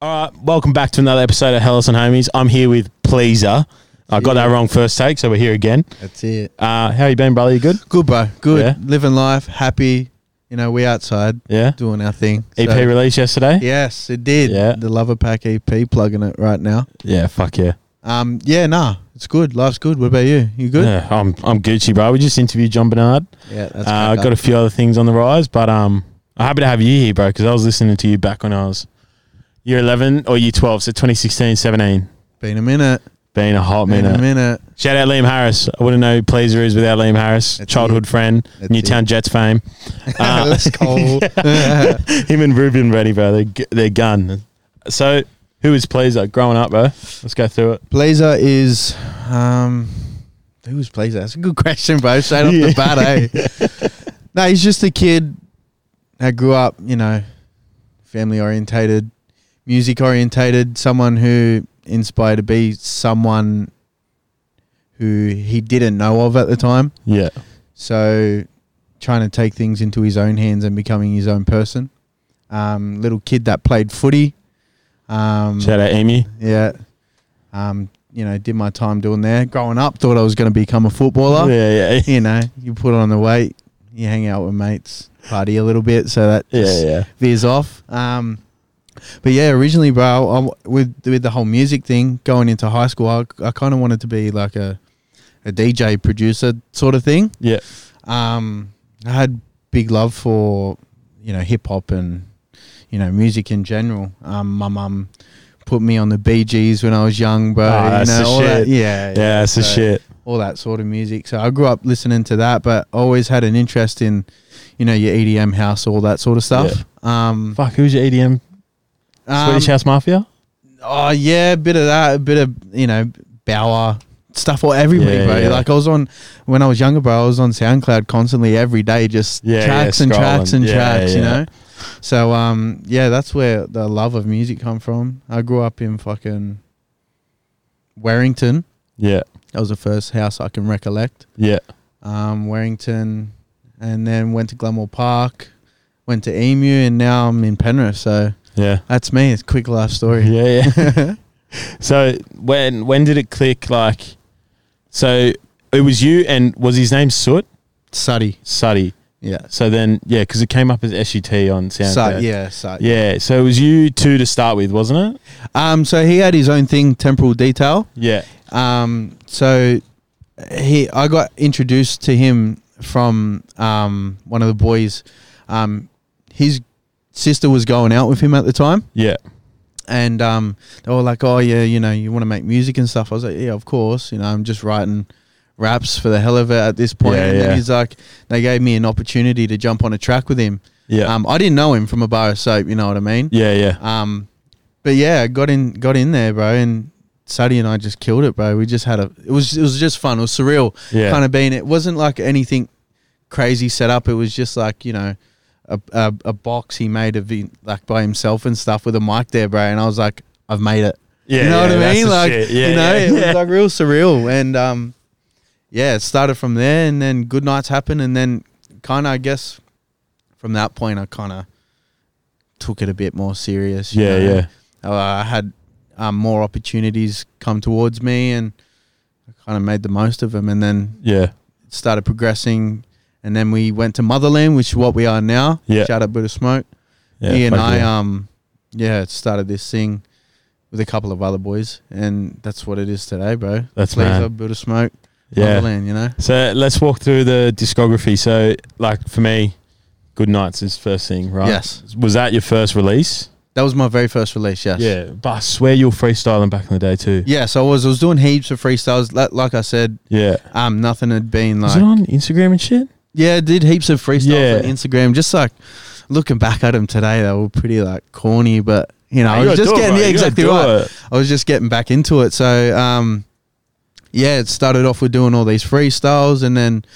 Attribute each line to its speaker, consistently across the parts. Speaker 1: All right, welcome back to another episode of Hellas and Homies. I'm here with Pleaser. I got that wrong first take, so we're here again.
Speaker 2: That's it.
Speaker 1: Uh, how you been, brother? You good?
Speaker 2: Good, bro. Good.
Speaker 1: Yeah.
Speaker 2: Living life, happy. You know, we outside
Speaker 1: Yeah.
Speaker 2: doing our thing.
Speaker 1: EP
Speaker 2: So-
Speaker 1: release yesterday.
Speaker 2: Yes, it did.
Speaker 1: E Yeah.
Speaker 2: The Lover Pack EP, plugging it right now.
Speaker 1: Yeah, fuck yeah.
Speaker 2: Um, yeah, nah, it's good. Life's good. What about you? You good?
Speaker 1: Yeah, I'm I'm Gucci, bro. We just interviewed John Bernard.
Speaker 2: Yeah, that's
Speaker 1: Uh,
Speaker 2: crack up.
Speaker 1: got a few other things on the rise, but um, I'm happy to have you here, bro. Because I was listening to you back when I was year 11 or year 12, so 2016, 17.
Speaker 2: Been a minute.
Speaker 1: Being a hot
Speaker 2: Been
Speaker 1: minute.
Speaker 2: a minute.
Speaker 1: Shout out Liam Harris. I wouldn't know who Pleaser is without Liam Harris.
Speaker 2: That's
Speaker 1: Childhood friend,
Speaker 2: That's
Speaker 1: Newtown Jets fame. Uh,
Speaker 2: Let's go.
Speaker 1: Him and Ruben ready, bro. They're, g- they're gun. So, who is Pleaser growing up, bro? Let's go through it.
Speaker 2: Blazer is um who was Blazer? That's a good question, bro. Straight off
Speaker 1: Yeah.
Speaker 2: the bat, eh? no, he's just a kid that grew up, you know, family orientated, music orientated, someone who inspired to be someone who he didn't know of at the time.
Speaker 1: Yeah.
Speaker 2: So trying to take things into his own hands and becoming his own person. Um, little kid that played footy. Um,
Speaker 1: Shout out Amy.
Speaker 2: yeah. Um, you know, did my time doing there. Growing up, thought I was going to become a footballer.
Speaker 1: Yeah, yeah,
Speaker 2: You know, you put on the weight, you hang out with mates, party a little bit, so that
Speaker 1: yeah,
Speaker 2: just
Speaker 1: yeah.
Speaker 2: veers off. Um, but yeah, originally, bro, I w with with the whole music thing going into high school, I, I kind of wanted to be like a a DJ producer sort of thing.
Speaker 1: Yeah.
Speaker 2: Um, I had big love for you know hip hop and you know music in general. Um, my mum put me on the BGS when I was young, bro.
Speaker 1: Ah,
Speaker 2: you
Speaker 1: that's
Speaker 2: know,
Speaker 1: the
Speaker 2: all
Speaker 1: shit.
Speaker 2: That, yeah,
Speaker 1: Yeah, that's the
Speaker 2: so-
Speaker 1: shit.
Speaker 2: all that sort of music. So I grew up listening to that, but always had an interest in you know your EDM house, all that sort of stuff. Um,
Speaker 1: Fuck, who's your EDM?
Speaker 2: um,
Speaker 1: Swedish House Mafia?
Speaker 2: Oh yeah, a bit of that, a bit of you know Bauer stuff or everybody,
Speaker 1: Yeah,
Speaker 2: bro.
Speaker 1: yeah.
Speaker 2: Like I was on when I was younger, bro. I was on SoundCloud constantly every day, just
Speaker 1: Yeah, yeah,
Speaker 2: tracks and
Speaker 1: scrolling.
Speaker 2: tracks and
Speaker 1: Yeah,
Speaker 2: tracks, you
Speaker 1: yeah.
Speaker 2: know. So um, yeah, that's where the love of music come from. I grew up in fucking Warrington.
Speaker 1: Yeah,
Speaker 2: That was the first house I can recollect.
Speaker 1: yeah.
Speaker 2: Um, Warrington, and then went to Glenmore Park, went to Emu, and now I'm in Penrith. So
Speaker 1: Yeah.
Speaker 2: that's me. It's a quick life story.
Speaker 1: Yeah, yeah. so when when did it click? Like, so it was you, and was his name Soot
Speaker 2: Suddy.
Speaker 1: Suddy?
Speaker 2: Yeah.
Speaker 1: So then, yeah, because it came up as SUT on SoundCloud.
Speaker 2: Sut, yeah, Sut.
Speaker 1: yeah. So it was you two to start with, wasn't it?
Speaker 2: Um, so he had his own thing, temporal detail.
Speaker 1: Yeah,
Speaker 2: Um, so he, I got introduced to him from um one of the boys. Um, his sister was going out with him at the time,
Speaker 1: yeah,
Speaker 2: and um, they were like, "Oh yeah, you know, you want to make music and stuff." I was like, "Yeah, of course." You know, I'm just writing raps for the hell of it at this point.
Speaker 1: Yeah,
Speaker 2: and
Speaker 1: yeah.
Speaker 2: then he's like, they gave me an opportunity to jump on a track with him.
Speaker 1: yeah,
Speaker 2: Um, I didn't know him from a bar of soap. You know what I mean?
Speaker 1: yeah, yeah.
Speaker 2: Um, but yeah, got in, got in there, bro, and Sadie and I just killed it, bro. We just had a, it was, it was just fun. It was surreal,
Speaker 1: Yeah.
Speaker 2: kind of being. It wasn't like anything crazy set up. It was just like you know, a a, a box he made of him- like by himself and stuff with a mic there, bro. And I was like, I've made it.
Speaker 1: Yeah,
Speaker 2: you know
Speaker 1: yeah,
Speaker 2: what I
Speaker 1: that's
Speaker 2: mean?
Speaker 1: the
Speaker 2: Like,
Speaker 1: shit. Yeah,
Speaker 2: you know,
Speaker 1: yeah,
Speaker 2: it
Speaker 1: yeah.
Speaker 2: was like real surreal. And um, yeah, it started from there, and then good nights happened, and then kind of, I guess, from that point, I kind of took it a bit more serious. you
Speaker 1: Yeah,
Speaker 2: know?
Speaker 1: yeah.
Speaker 2: Uh, I had um, more opportunities come towards me, and I kind of made the most of them, and then
Speaker 1: Yeah,
Speaker 2: it started progressing. And then we went to Motherland, which is what we are now.
Speaker 1: Yeah.
Speaker 2: Shout out Buddha Smoke.
Speaker 1: yeah.
Speaker 2: he and
Speaker 1: fuck
Speaker 2: I,
Speaker 1: yeah.
Speaker 2: um, yeah, started this thing with a couple of other boys, and that's what it is today, bro.
Speaker 1: That's
Speaker 2: Blazer,
Speaker 1: mad.
Speaker 2: Buddha Smoke,
Speaker 1: yeah.
Speaker 2: Motherland, you know.
Speaker 1: So let's walk through the discography. So, like for me, Good Nights is first thing, right?
Speaker 2: Yes,
Speaker 1: Was that your first release?
Speaker 2: that was my very first release. Yes.
Speaker 1: Yeah, but I swear you were freestyling back in the day too.
Speaker 2: Yeah, so I was I was doing heaps of freestyles. Like, like I said,
Speaker 1: Yeah.
Speaker 2: um, nothing had been
Speaker 1: Was
Speaker 2: like
Speaker 1: it on Instagram and shit?
Speaker 2: Yeah, did heaps of freestyles
Speaker 1: Yeah.
Speaker 2: on Instagram. Just like looking back at them today, they were pretty like corny, but you know,
Speaker 1: Nah,
Speaker 2: I
Speaker 1: you
Speaker 2: was
Speaker 1: gotta do
Speaker 2: just
Speaker 1: it,
Speaker 2: getting
Speaker 1: bro.
Speaker 2: yeah,
Speaker 1: You gotta
Speaker 2: exactly
Speaker 1: do
Speaker 2: right.
Speaker 1: it.
Speaker 2: I was just getting back into it. So um, yeah, it started off with doing all these freestyles, and then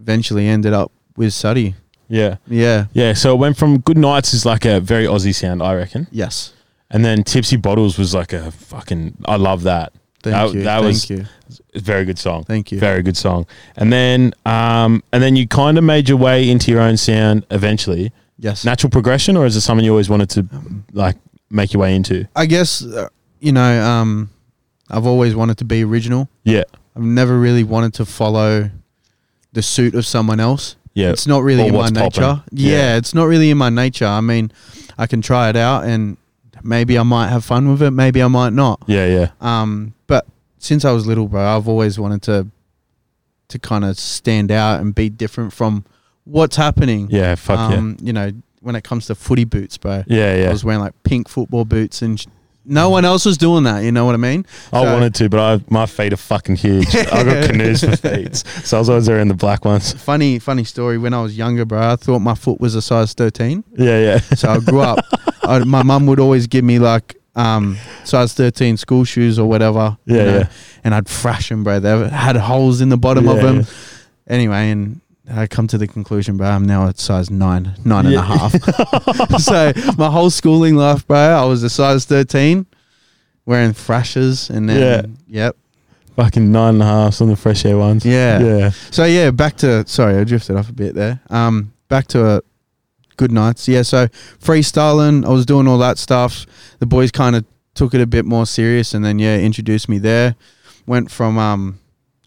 Speaker 2: eventually ended up with Suddy.
Speaker 1: Yeah.
Speaker 2: Yeah.
Speaker 1: Yeah. So it went from Good Nights is like a very Aussie sound, I reckon.
Speaker 2: Yes.
Speaker 1: And then Tipsy Bottles was like a fucking I love that.
Speaker 2: Thank
Speaker 1: that,
Speaker 2: you.
Speaker 1: That
Speaker 2: Thank
Speaker 1: was
Speaker 2: you.
Speaker 1: a very good song.
Speaker 2: Thank you.
Speaker 1: Very good song. And then um and then you kind of made your way into your own sound eventually.
Speaker 2: Yes.
Speaker 1: Natural progression or is it something you always wanted to like make your way into.
Speaker 2: I guess uh, you know, um, I've always wanted to be original.
Speaker 1: Yeah,
Speaker 2: I've never really wanted to follow the suit of someone else.
Speaker 1: yeah,
Speaker 2: It's not really
Speaker 1: Or
Speaker 2: in my
Speaker 1: what's poppin'.
Speaker 2: nature. Yeah.
Speaker 1: Yeah.
Speaker 2: it's not really in my nature. I mean, I can try it out and maybe I might have fun with it, maybe I might not.
Speaker 1: yeah, yeah,
Speaker 2: Um, but since I was little, bro, I've always wanted to to kind of stand out and be different from what's happening.
Speaker 1: yeah. Fuck
Speaker 2: um, you know, when it comes to footy boots, bro.
Speaker 1: yeah, yeah,
Speaker 2: I
Speaker 1: yeah.
Speaker 2: was wearing like pink football boots and sh- no one else was doing that. You know what I mean?
Speaker 1: I
Speaker 2: so-
Speaker 1: wanted to, but I, my feet are fucking huge. I got canoes for feet, so I was always wearing the black ones.
Speaker 2: Funny, funny story. When I was younger, bro, I thought my foot was a size 13.
Speaker 1: Yeah, yeah,
Speaker 2: So I grew up, I, my mum would always give me like um, size 13 school shoes or whatever. you
Speaker 1: Yeah,
Speaker 2: know,
Speaker 1: yeah.
Speaker 2: And I'd thrash them, bro. They had holes in the bottom of
Speaker 1: Yeah,
Speaker 2: them.
Speaker 1: yeah.
Speaker 2: Anyway, and I come to the conclusion, bro, I'm now at size nine, nine and a
Speaker 1: Yeah.
Speaker 2: half. so my whole schooling life, bro, I was a size 13 wearing thrashes and then, yep.
Speaker 1: fucking nine and a half on the fresh air ones.
Speaker 2: Yeah.
Speaker 1: yeah,
Speaker 2: So yeah, back to sorry, I drifted off a bit there. Um, back to uh, good nights. Yeah, so freestyling, I was doing all that stuff. The boys kind of took it a bit more serious, and then yeah, introduced me there. Went from um,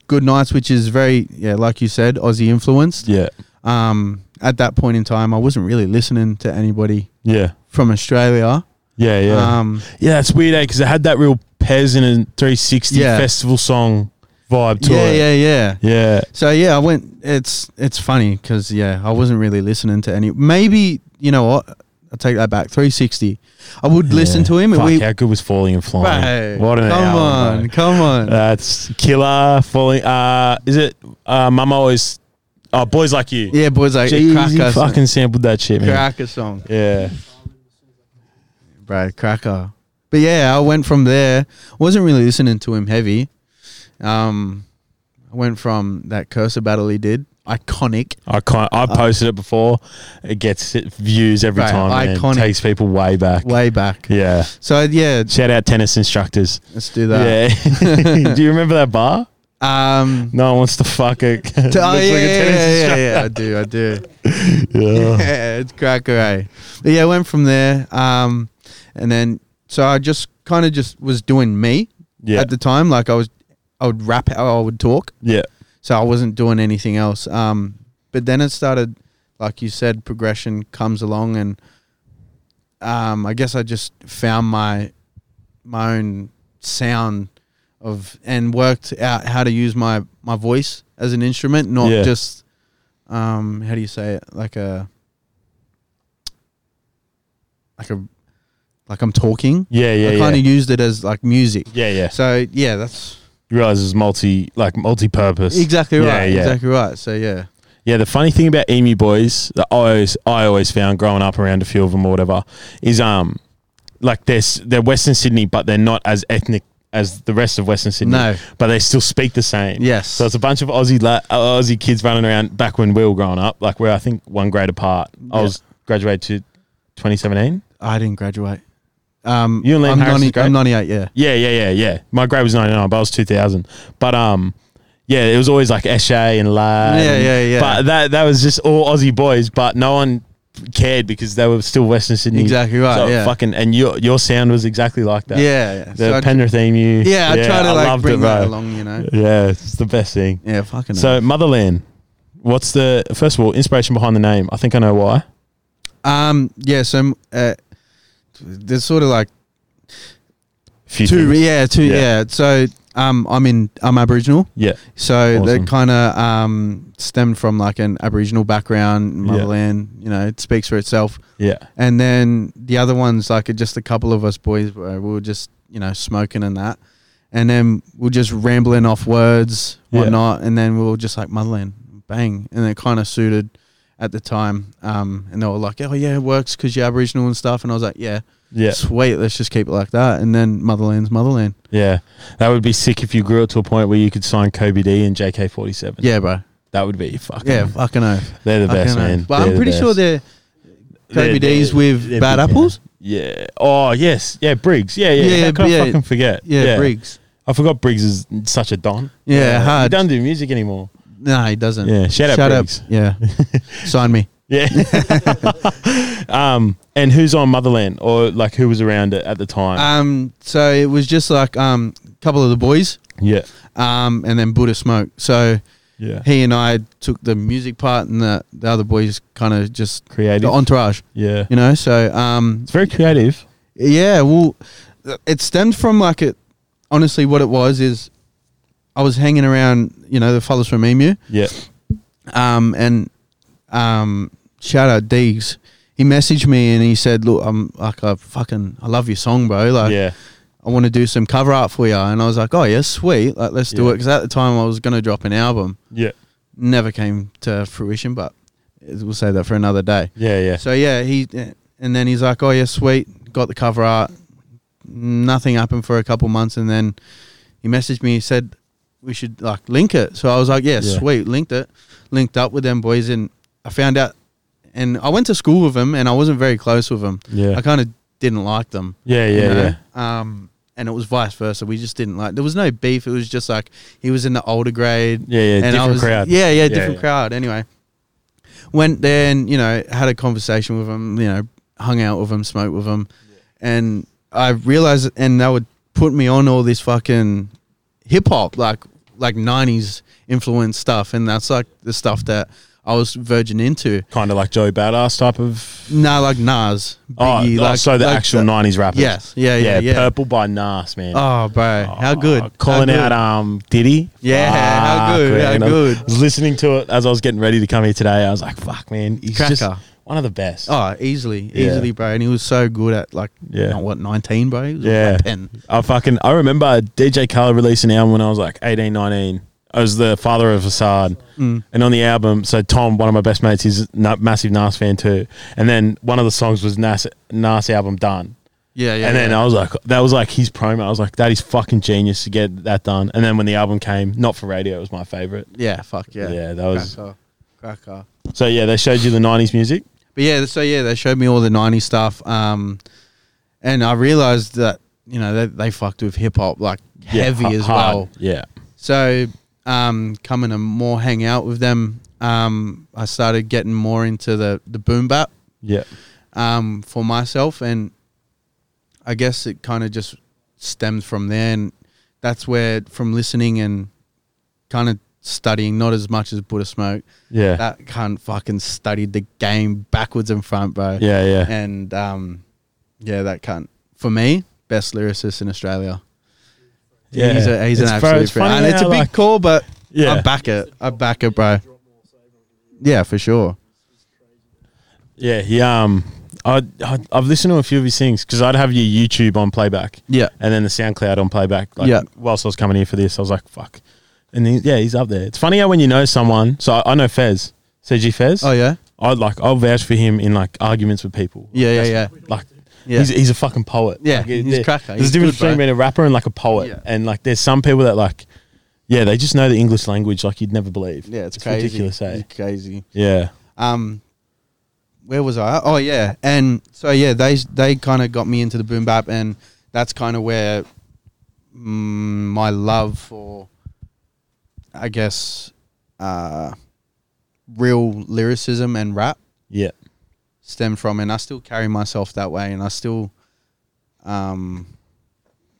Speaker 2: good nights, which is very yeah, like you said, Aussie influenced.
Speaker 1: yeah,
Speaker 2: Um, at that point in time, I wasn't really listening to anybody
Speaker 1: yeah,
Speaker 2: from Australia.
Speaker 1: yeah, yeah.
Speaker 2: Um,
Speaker 1: Yeah, it's weird, eh? Because it had that real Pez in a 360
Speaker 2: Yeah.
Speaker 1: festival song vibe to
Speaker 2: yeah,
Speaker 1: it.
Speaker 2: yeah, yeah.
Speaker 1: yeah,
Speaker 2: So yeah, I went. It's it's funny because yeah, I wasn't really listening to any. Maybe you know what? I take that back. Three sixty. I would listen
Speaker 1: Yeah.
Speaker 2: to him. and
Speaker 1: Fuck,
Speaker 2: we,
Speaker 1: how good was Falling and Flying?
Speaker 2: Bro,
Speaker 1: what an
Speaker 2: come
Speaker 1: album,
Speaker 2: on,
Speaker 1: bro. Uh,
Speaker 2: come on.
Speaker 1: That's killer. Falling. Uh, is it? Uh, Mum always. Oh, boys like you.
Speaker 2: yeah, boys, like
Speaker 1: Jeez,
Speaker 2: cracker,
Speaker 1: you
Speaker 2: song.
Speaker 1: fucking sampled that shit, man.
Speaker 2: cracker song,
Speaker 1: Yeah,
Speaker 2: bro, cracker. But yeah, I went from there. wasn't really listening to him heavy. Um, I went from that cursor battle he did, iconic.
Speaker 1: I can't. I posted it before. It gets it- views every
Speaker 2: Uh, Bro,
Speaker 1: time. Man.
Speaker 2: iconic.
Speaker 1: Takes people way back.
Speaker 2: Way back.
Speaker 1: Yeah.
Speaker 2: So yeah,
Speaker 1: Shout out tennis instructors.
Speaker 2: let's do that.
Speaker 1: Yeah. Do you remember that bar?
Speaker 2: Um.
Speaker 1: No one wants to fuck it. Looks
Speaker 2: oh
Speaker 1: like a
Speaker 2: yeah,
Speaker 1: tennis
Speaker 2: yeah, yeah,
Speaker 1: instructor.
Speaker 2: yeah, I do, I do.
Speaker 1: Yeah.
Speaker 2: yeah, it's cracker, eh? But yeah, I went from there. Um, and then so I just kind of just was doing me
Speaker 1: Yeah.
Speaker 2: at the time. Like I was, I would rap how I would talk,
Speaker 1: yeah.
Speaker 2: so I wasn't doing anything else. Um, but then it started, like you said, progression comes along, and um, I guess I just found my my own sound of and worked out how to use my my voice as an instrument, not
Speaker 1: Yeah.
Speaker 2: just um, how do you say it, like a like a like I'm talking.
Speaker 1: Yeah. Yeah.
Speaker 2: I
Speaker 1: yeah.
Speaker 2: kind of used it as like music.
Speaker 1: yeah. Yeah.
Speaker 2: So yeah, that's
Speaker 1: You realize it's multi, like multi-purpose.
Speaker 2: exactly
Speaker 1: Yeah,
Speaker 2: right.
Speaker 1: yeah.
Speaker 2: Exactly right. So yeah.
Speaker 1: Yeah, the funny thing about Emu Boys that I always I always found growing up around a few of them or whatever is um like they're s- they're Western Sydney, but they're not as ethnic as the rest of Western Sydney.
Speaker 2: No.
Speaker 1: but they still speak the same.
Speaker 2: Yes.
Speaker 1: So it's a bunch of Aussie la- uh, Aussie kids running around back when we were growing up, like we're I think one grade apart. I
Speaker 2: Yeah.
Speaker 1: was graduated to 2017.
Speaker 2: I didn't graduate. Um,
Speaker 1: You and Liam
Speaker 2: I'm,
Speaker 1: Harris is
Speaker 2: 90
Speaker 1: great.
Speaker 2: I'm 98, yeah.
Speaker 1: Yeah, yeah, yeah, yeah. My grade was 99, but I was 2000. But um, yeah, it was always like Eshe and Lad.
Speaker 2: Yeah,
Speaker 1: and-
Speaker 2: yeah, yeah.
Speaker 1: But that that was just all Aussie boys, but no one cared because they were still Western Sydney.
Speaker 2: Exactly right,
Speaker 1: So
Speaker 2: yeah.
Speaker 1: Fucking, and your your sound was exactly like that.
Speaker 2: Yeah. yeah.
Speaker 1: The
Speaker 2: So I-
Speaker 1: Penrith emu.
Speaker 2: yeah, I try to like
Speaker 1: loved
Speaker 2: bring
Speaker 1: it,
Speaker 2: that
Speaker 1: bro.
Speaker 2: along, you know.
Speaker 1: Yeah, it's the best thing.
Speaker 2: Yeah, fucking.
Speaker 1: So Motherland, what's the first of all inspiration behind the name? I think I know why.
Speaker 2: hell. um, yeah. So uh, there's sort of like
Speaker 1: Few
Speaker 2: two,
Speaker 1: things.
Speaker 2: yeah, two,
Speaker 1: Yeah.
Speaker 2: yeah. So um, I'm in, I'm Aboriginal,
Speaker 1: yeah,
Speaker 2: so
Speaker 1: Awesome.
Speaker 2: that kind of um stemmed from like an Aboriginal background, motherland. You know, it speaks for itself.
Speaker 1: yeah,
Speaker 2: And then the other ones, like just a couple of us boys, were- we were just you know smoking and that, and then we are just rambling off words,
Speaker 1: Yeah.
Speaker 2: whatnot, and then we were just like motherland, bang, and it kind of suited at the time. Um, and they were like, oh yeah, it works because you're Aboriginal and stuff, and I was like, yeah,
Speaker 1: yeah.
Speaker 2: sweet, let's just keep it like that. And then motherland's motherland,
Speaker 1: Yeah, that would be sick if you grew it to a point where you could sign Kobe D and JK forty seven.
Speaker 2: yeah, bro,
Speaker 1: that would be fucking.
Speaker 2: yeah, fucking oath.
Speaker 1: they're the best,
Speaker 2: Fucking oath.
Speaker 1: man.
Speaker 2: But
Speaker 1: They're
Speaker 2: I'm
Speaker 1: the
Speaker 2: pretty sure
Speaker 1: best.
Speaker 2: they're
Speaker 1: They're-
Speaker 2: Kobe D's
Speaker 1: they're-
Speaker 2: with
Speaker 1: they're
Speaker 2: bad
Speaker 1: big,
Speaker 2: apples.
Speaker 1: Yeah. Oh yes, yeah, Briggs. Yeah, yeah.
Speaker 2: Yeah,
Speaker 1: How can
Speaker 2: yeah.
Speaker 1: I fucking forget?
Speaker 2: Yeah, Briggs.
Speaker 1: I forgot Briggs is such a don.
Speaker 2: Yeah,
Speaker 1: he
Speaker 2: hard.
Speaker 1: doesn't do music anymore.
Speaker 2: No, he doesn't.
Speaker 1: Yeah, shout out
Speaker 2: Shout
Speaker 1: Briggs.
Speaker 2: Yeah, sign me.
Speaker 1: Yeah. um, and who's on Motherland or like who was around it at the time?
Speaker 2: Um, so it was just like um, a couple of the boys,
Speaker 1: yeah.
Speaker 2: um, and then Buddha Smoke. So
Speaker 1: Yeah.
Speaker 2: he and I took the music part, and the, the other boys kind of just
Speaker 1: Creative.
Speaker 2: the entourage,
Speaker 1: yeah.
Speaker 2: you know. So um,
Speaker 1: It's very creative.
Speaker 2: yeah, well, it stemmed from like it. Honestly, what it was is I was hanging around, you know, the fellas from Emu,
Speaker 1: Yeah.
Speaker 2: um, and um, shout out Deegs. He messaged me and he said, "Look, I'm like I fucking I love your song, bro. Like,
Speaker 1: Yeah.
Speaker 2: I want to do some cover art for you. And I was like, oh, yeah, sweet. Like, let's do
Speaker 1: Yeah.
Speaker 2: it. Because at the time I was going to drop an album.
Speaker 1: Yeah.
Speaker 2: Never came to fruition, but we'll save that for another day.
Speaker 1: Yeah. Yeah.
Speaker 2: So, yeah, he, and then he's like, oh, yeah, sweet. Got the cover art. Nothing happened for a couple months. And then he messaged me, he said, we should like link it. So I was like, yeah,
Speaker 1: Yeah.
Speaker 2: sweet. Linked it. Linked up with them boys. And I found out, and I went to school with them and I wasn't very close with them.
Speaker 1: Yeah.
Speaker 2: I kind of didn't like them
Speaker 1: Yeah. Yeah.
Speaker 2: you know?
Speaker 1: Yeah.
Speaker 2: Um, and it was vice versa. We just didn't like. There was no beef. It was just like he was in the older grade,
Speaker 1: Yeah. Yeah.
Speaker 2: and I
Speaker 1: Different
Speaker 2: was
Speaker 1: crowd.
Speaker 2: yeah, yeah,
Speaker 1: Yeah,
Speaker 2: different
Speaker 1: yeah.
Speaker 2: crowd. Anyway, went there and you know had a conversation with him. You know, hung out with him, smoked with him, and I realized, and they would put me on all this fucking hip hop, like like nineties influence stuff, and that's like the stuff that I was verging into.
Speaker 1: Kind of like Joe Badass type of.
Speaker 2: Nah, like Nas,
Speaker 1: Oh,
Speaker 2: Biggie,
Speaker 1: like, so the actual 90s rappers.
Speaker 2: yes, yeah, yeah, yeah.
Speaker 1: Purple by Nas, man.
Speaker 2: Oh, bro, how good?
Speaker 1: Oh, calling
Speaker 2: how
Speaker 1: out
Speaker 2: good.
Speaker 1: um Diddy.
Speaker 2: Yeah, how
Speaker 1: Fuck,
Speaker 2: good, how
Speaker 1: man. I
Speaker 2: good.
Speaker 1: was listening to it as I was getting ready to come here today. I was like, fuck man, he's just
Speaker 2: Cracker.
Speaker 1: one of the best.
Speaker 2: Oh, easily,
Speaker 1: Yeah.
Speaker 2: easily, bro. And he was so good at like,
Speaker 1: Yeah.
Speaker 2: not what nineteen, bro. He was
Speaker 1: Yeah.
Speaker 2: like ten.
Speaker 1: I fucking I remember DJ Khaled released an album when I was like 18, 19. I was the father of Facade.
Speaker 2: Mm.
Speaker 1: And on the album, so Tom, one of my best mates, he's a massive Nas fan too. And then one of the songs was Nas, Nas album done.
Speaker 2: Yeah, yeah.
Speaker 1: and then
Speaker 2: yeah.
Speaker 1: I was like, that was like his promo. I was like, that is fucking genius to get that done. And then when the album came, not for radio, it was my favorite.
Speaker 2: yeah, fuck yeah,
Speaker 1: Yeah, that was-
Speaker 2: cracker, cracker.
Speaker 1: So yeah, they showed you the 90s music.
Speaker 2: But yeah, so yeah, they showed me all the nineties stuff, um, and I realized that you know they, they fucked with hip hop like
Speaker 1: Yeah,
Speaker 2: heavy
Speaker 1: ha-
Speaker 2: as
Speaker 1: hard.
Speaker 2: well.
Speaker 1: Yeah.
Speaker 2: So um, coming and more hang out with them, um, I started getting more into the the boom bap.
Speaker 1: Yeah.
Speaker 2: um, for myself, and I guess it kind of just stemmed from there, and that's where from listening and kind of studying, not as much as Buddha Smoke,
Speaker 1: Yeah.
Speaker 2: that kind fucking studied the game backwards and front, bro.
Speaker 1: yeah. Yeah.
Speaker 2: and um, yeah, that cunt for me, best lyricist in Australia.
Speaker 1: Yeah.
Speaker 2: he's, a, he's an
Speaker 1: It's fro-
Speaker 2: absolute
Speaker 1: it's
Speaker 2: friend,
Speaker 1: funny
Speaker 2: and it's a
Speaker 1: how,
Speaker 2: big
Speaker 1: like-
Speaker 2: call, but
Speaker 1: Yeah.
Speaker 2: I back it. I back it, bro. Yeah, for sure.
Speaker 1: Yeah. He, um, I, I, I've listened to a few of his things because I'd have your YouTube on playback
Speaker 2: Yeah,
Speaker 1: and then the SoundCloud on playback. Like,
Speaker 2: Yeah.
Speaker 1: Whilst I was coming here for this, I was like, fuck. And he, yeah, he's up there. It's funny how when you know someone, so I, I know Fez, CG Fez.
Speaker 2: Oh yeah,
Speaker 1: I'd like, I'll vouch for him in like arguments with people.
Speaker 2: yeah, yeah, yeah.
Speaker 1: Like,
Speaker 2: Yeah.
Speaker 1: He's, he's a fucking poet.
Speaker 2: Yeah,
Speaker 1: Like,
Speaker 2: he's
Speaker 1: there-
Speaker 2: cracker.
Speaker 1: There's
Speaker 2: He's
Speaker 1: a difference
Speaker 2: good, bro.
Speaker 1: between being a rapper and like a poet.
Speaker 2: Yeah.
Speaker 1: And like, there's some people that like, yeah, they just know the English language like you'd never believe.
Speaker 2: Yeah, it's, crazy.
Speaker 1: ridiculous, eh?
Speaker 2: It's crazy.
Speaker 1: Yeah,
Speaker 2: Um, where was I? Oh yeah, and so yeah, they they kind of got me into the boom bap, and that's kind of where mm, my love for, I guess, uh, real lyricism and rap
Speaker 1: yeah,
Speaker 2: stemmed from, and I still carry myself that way, and I still, um,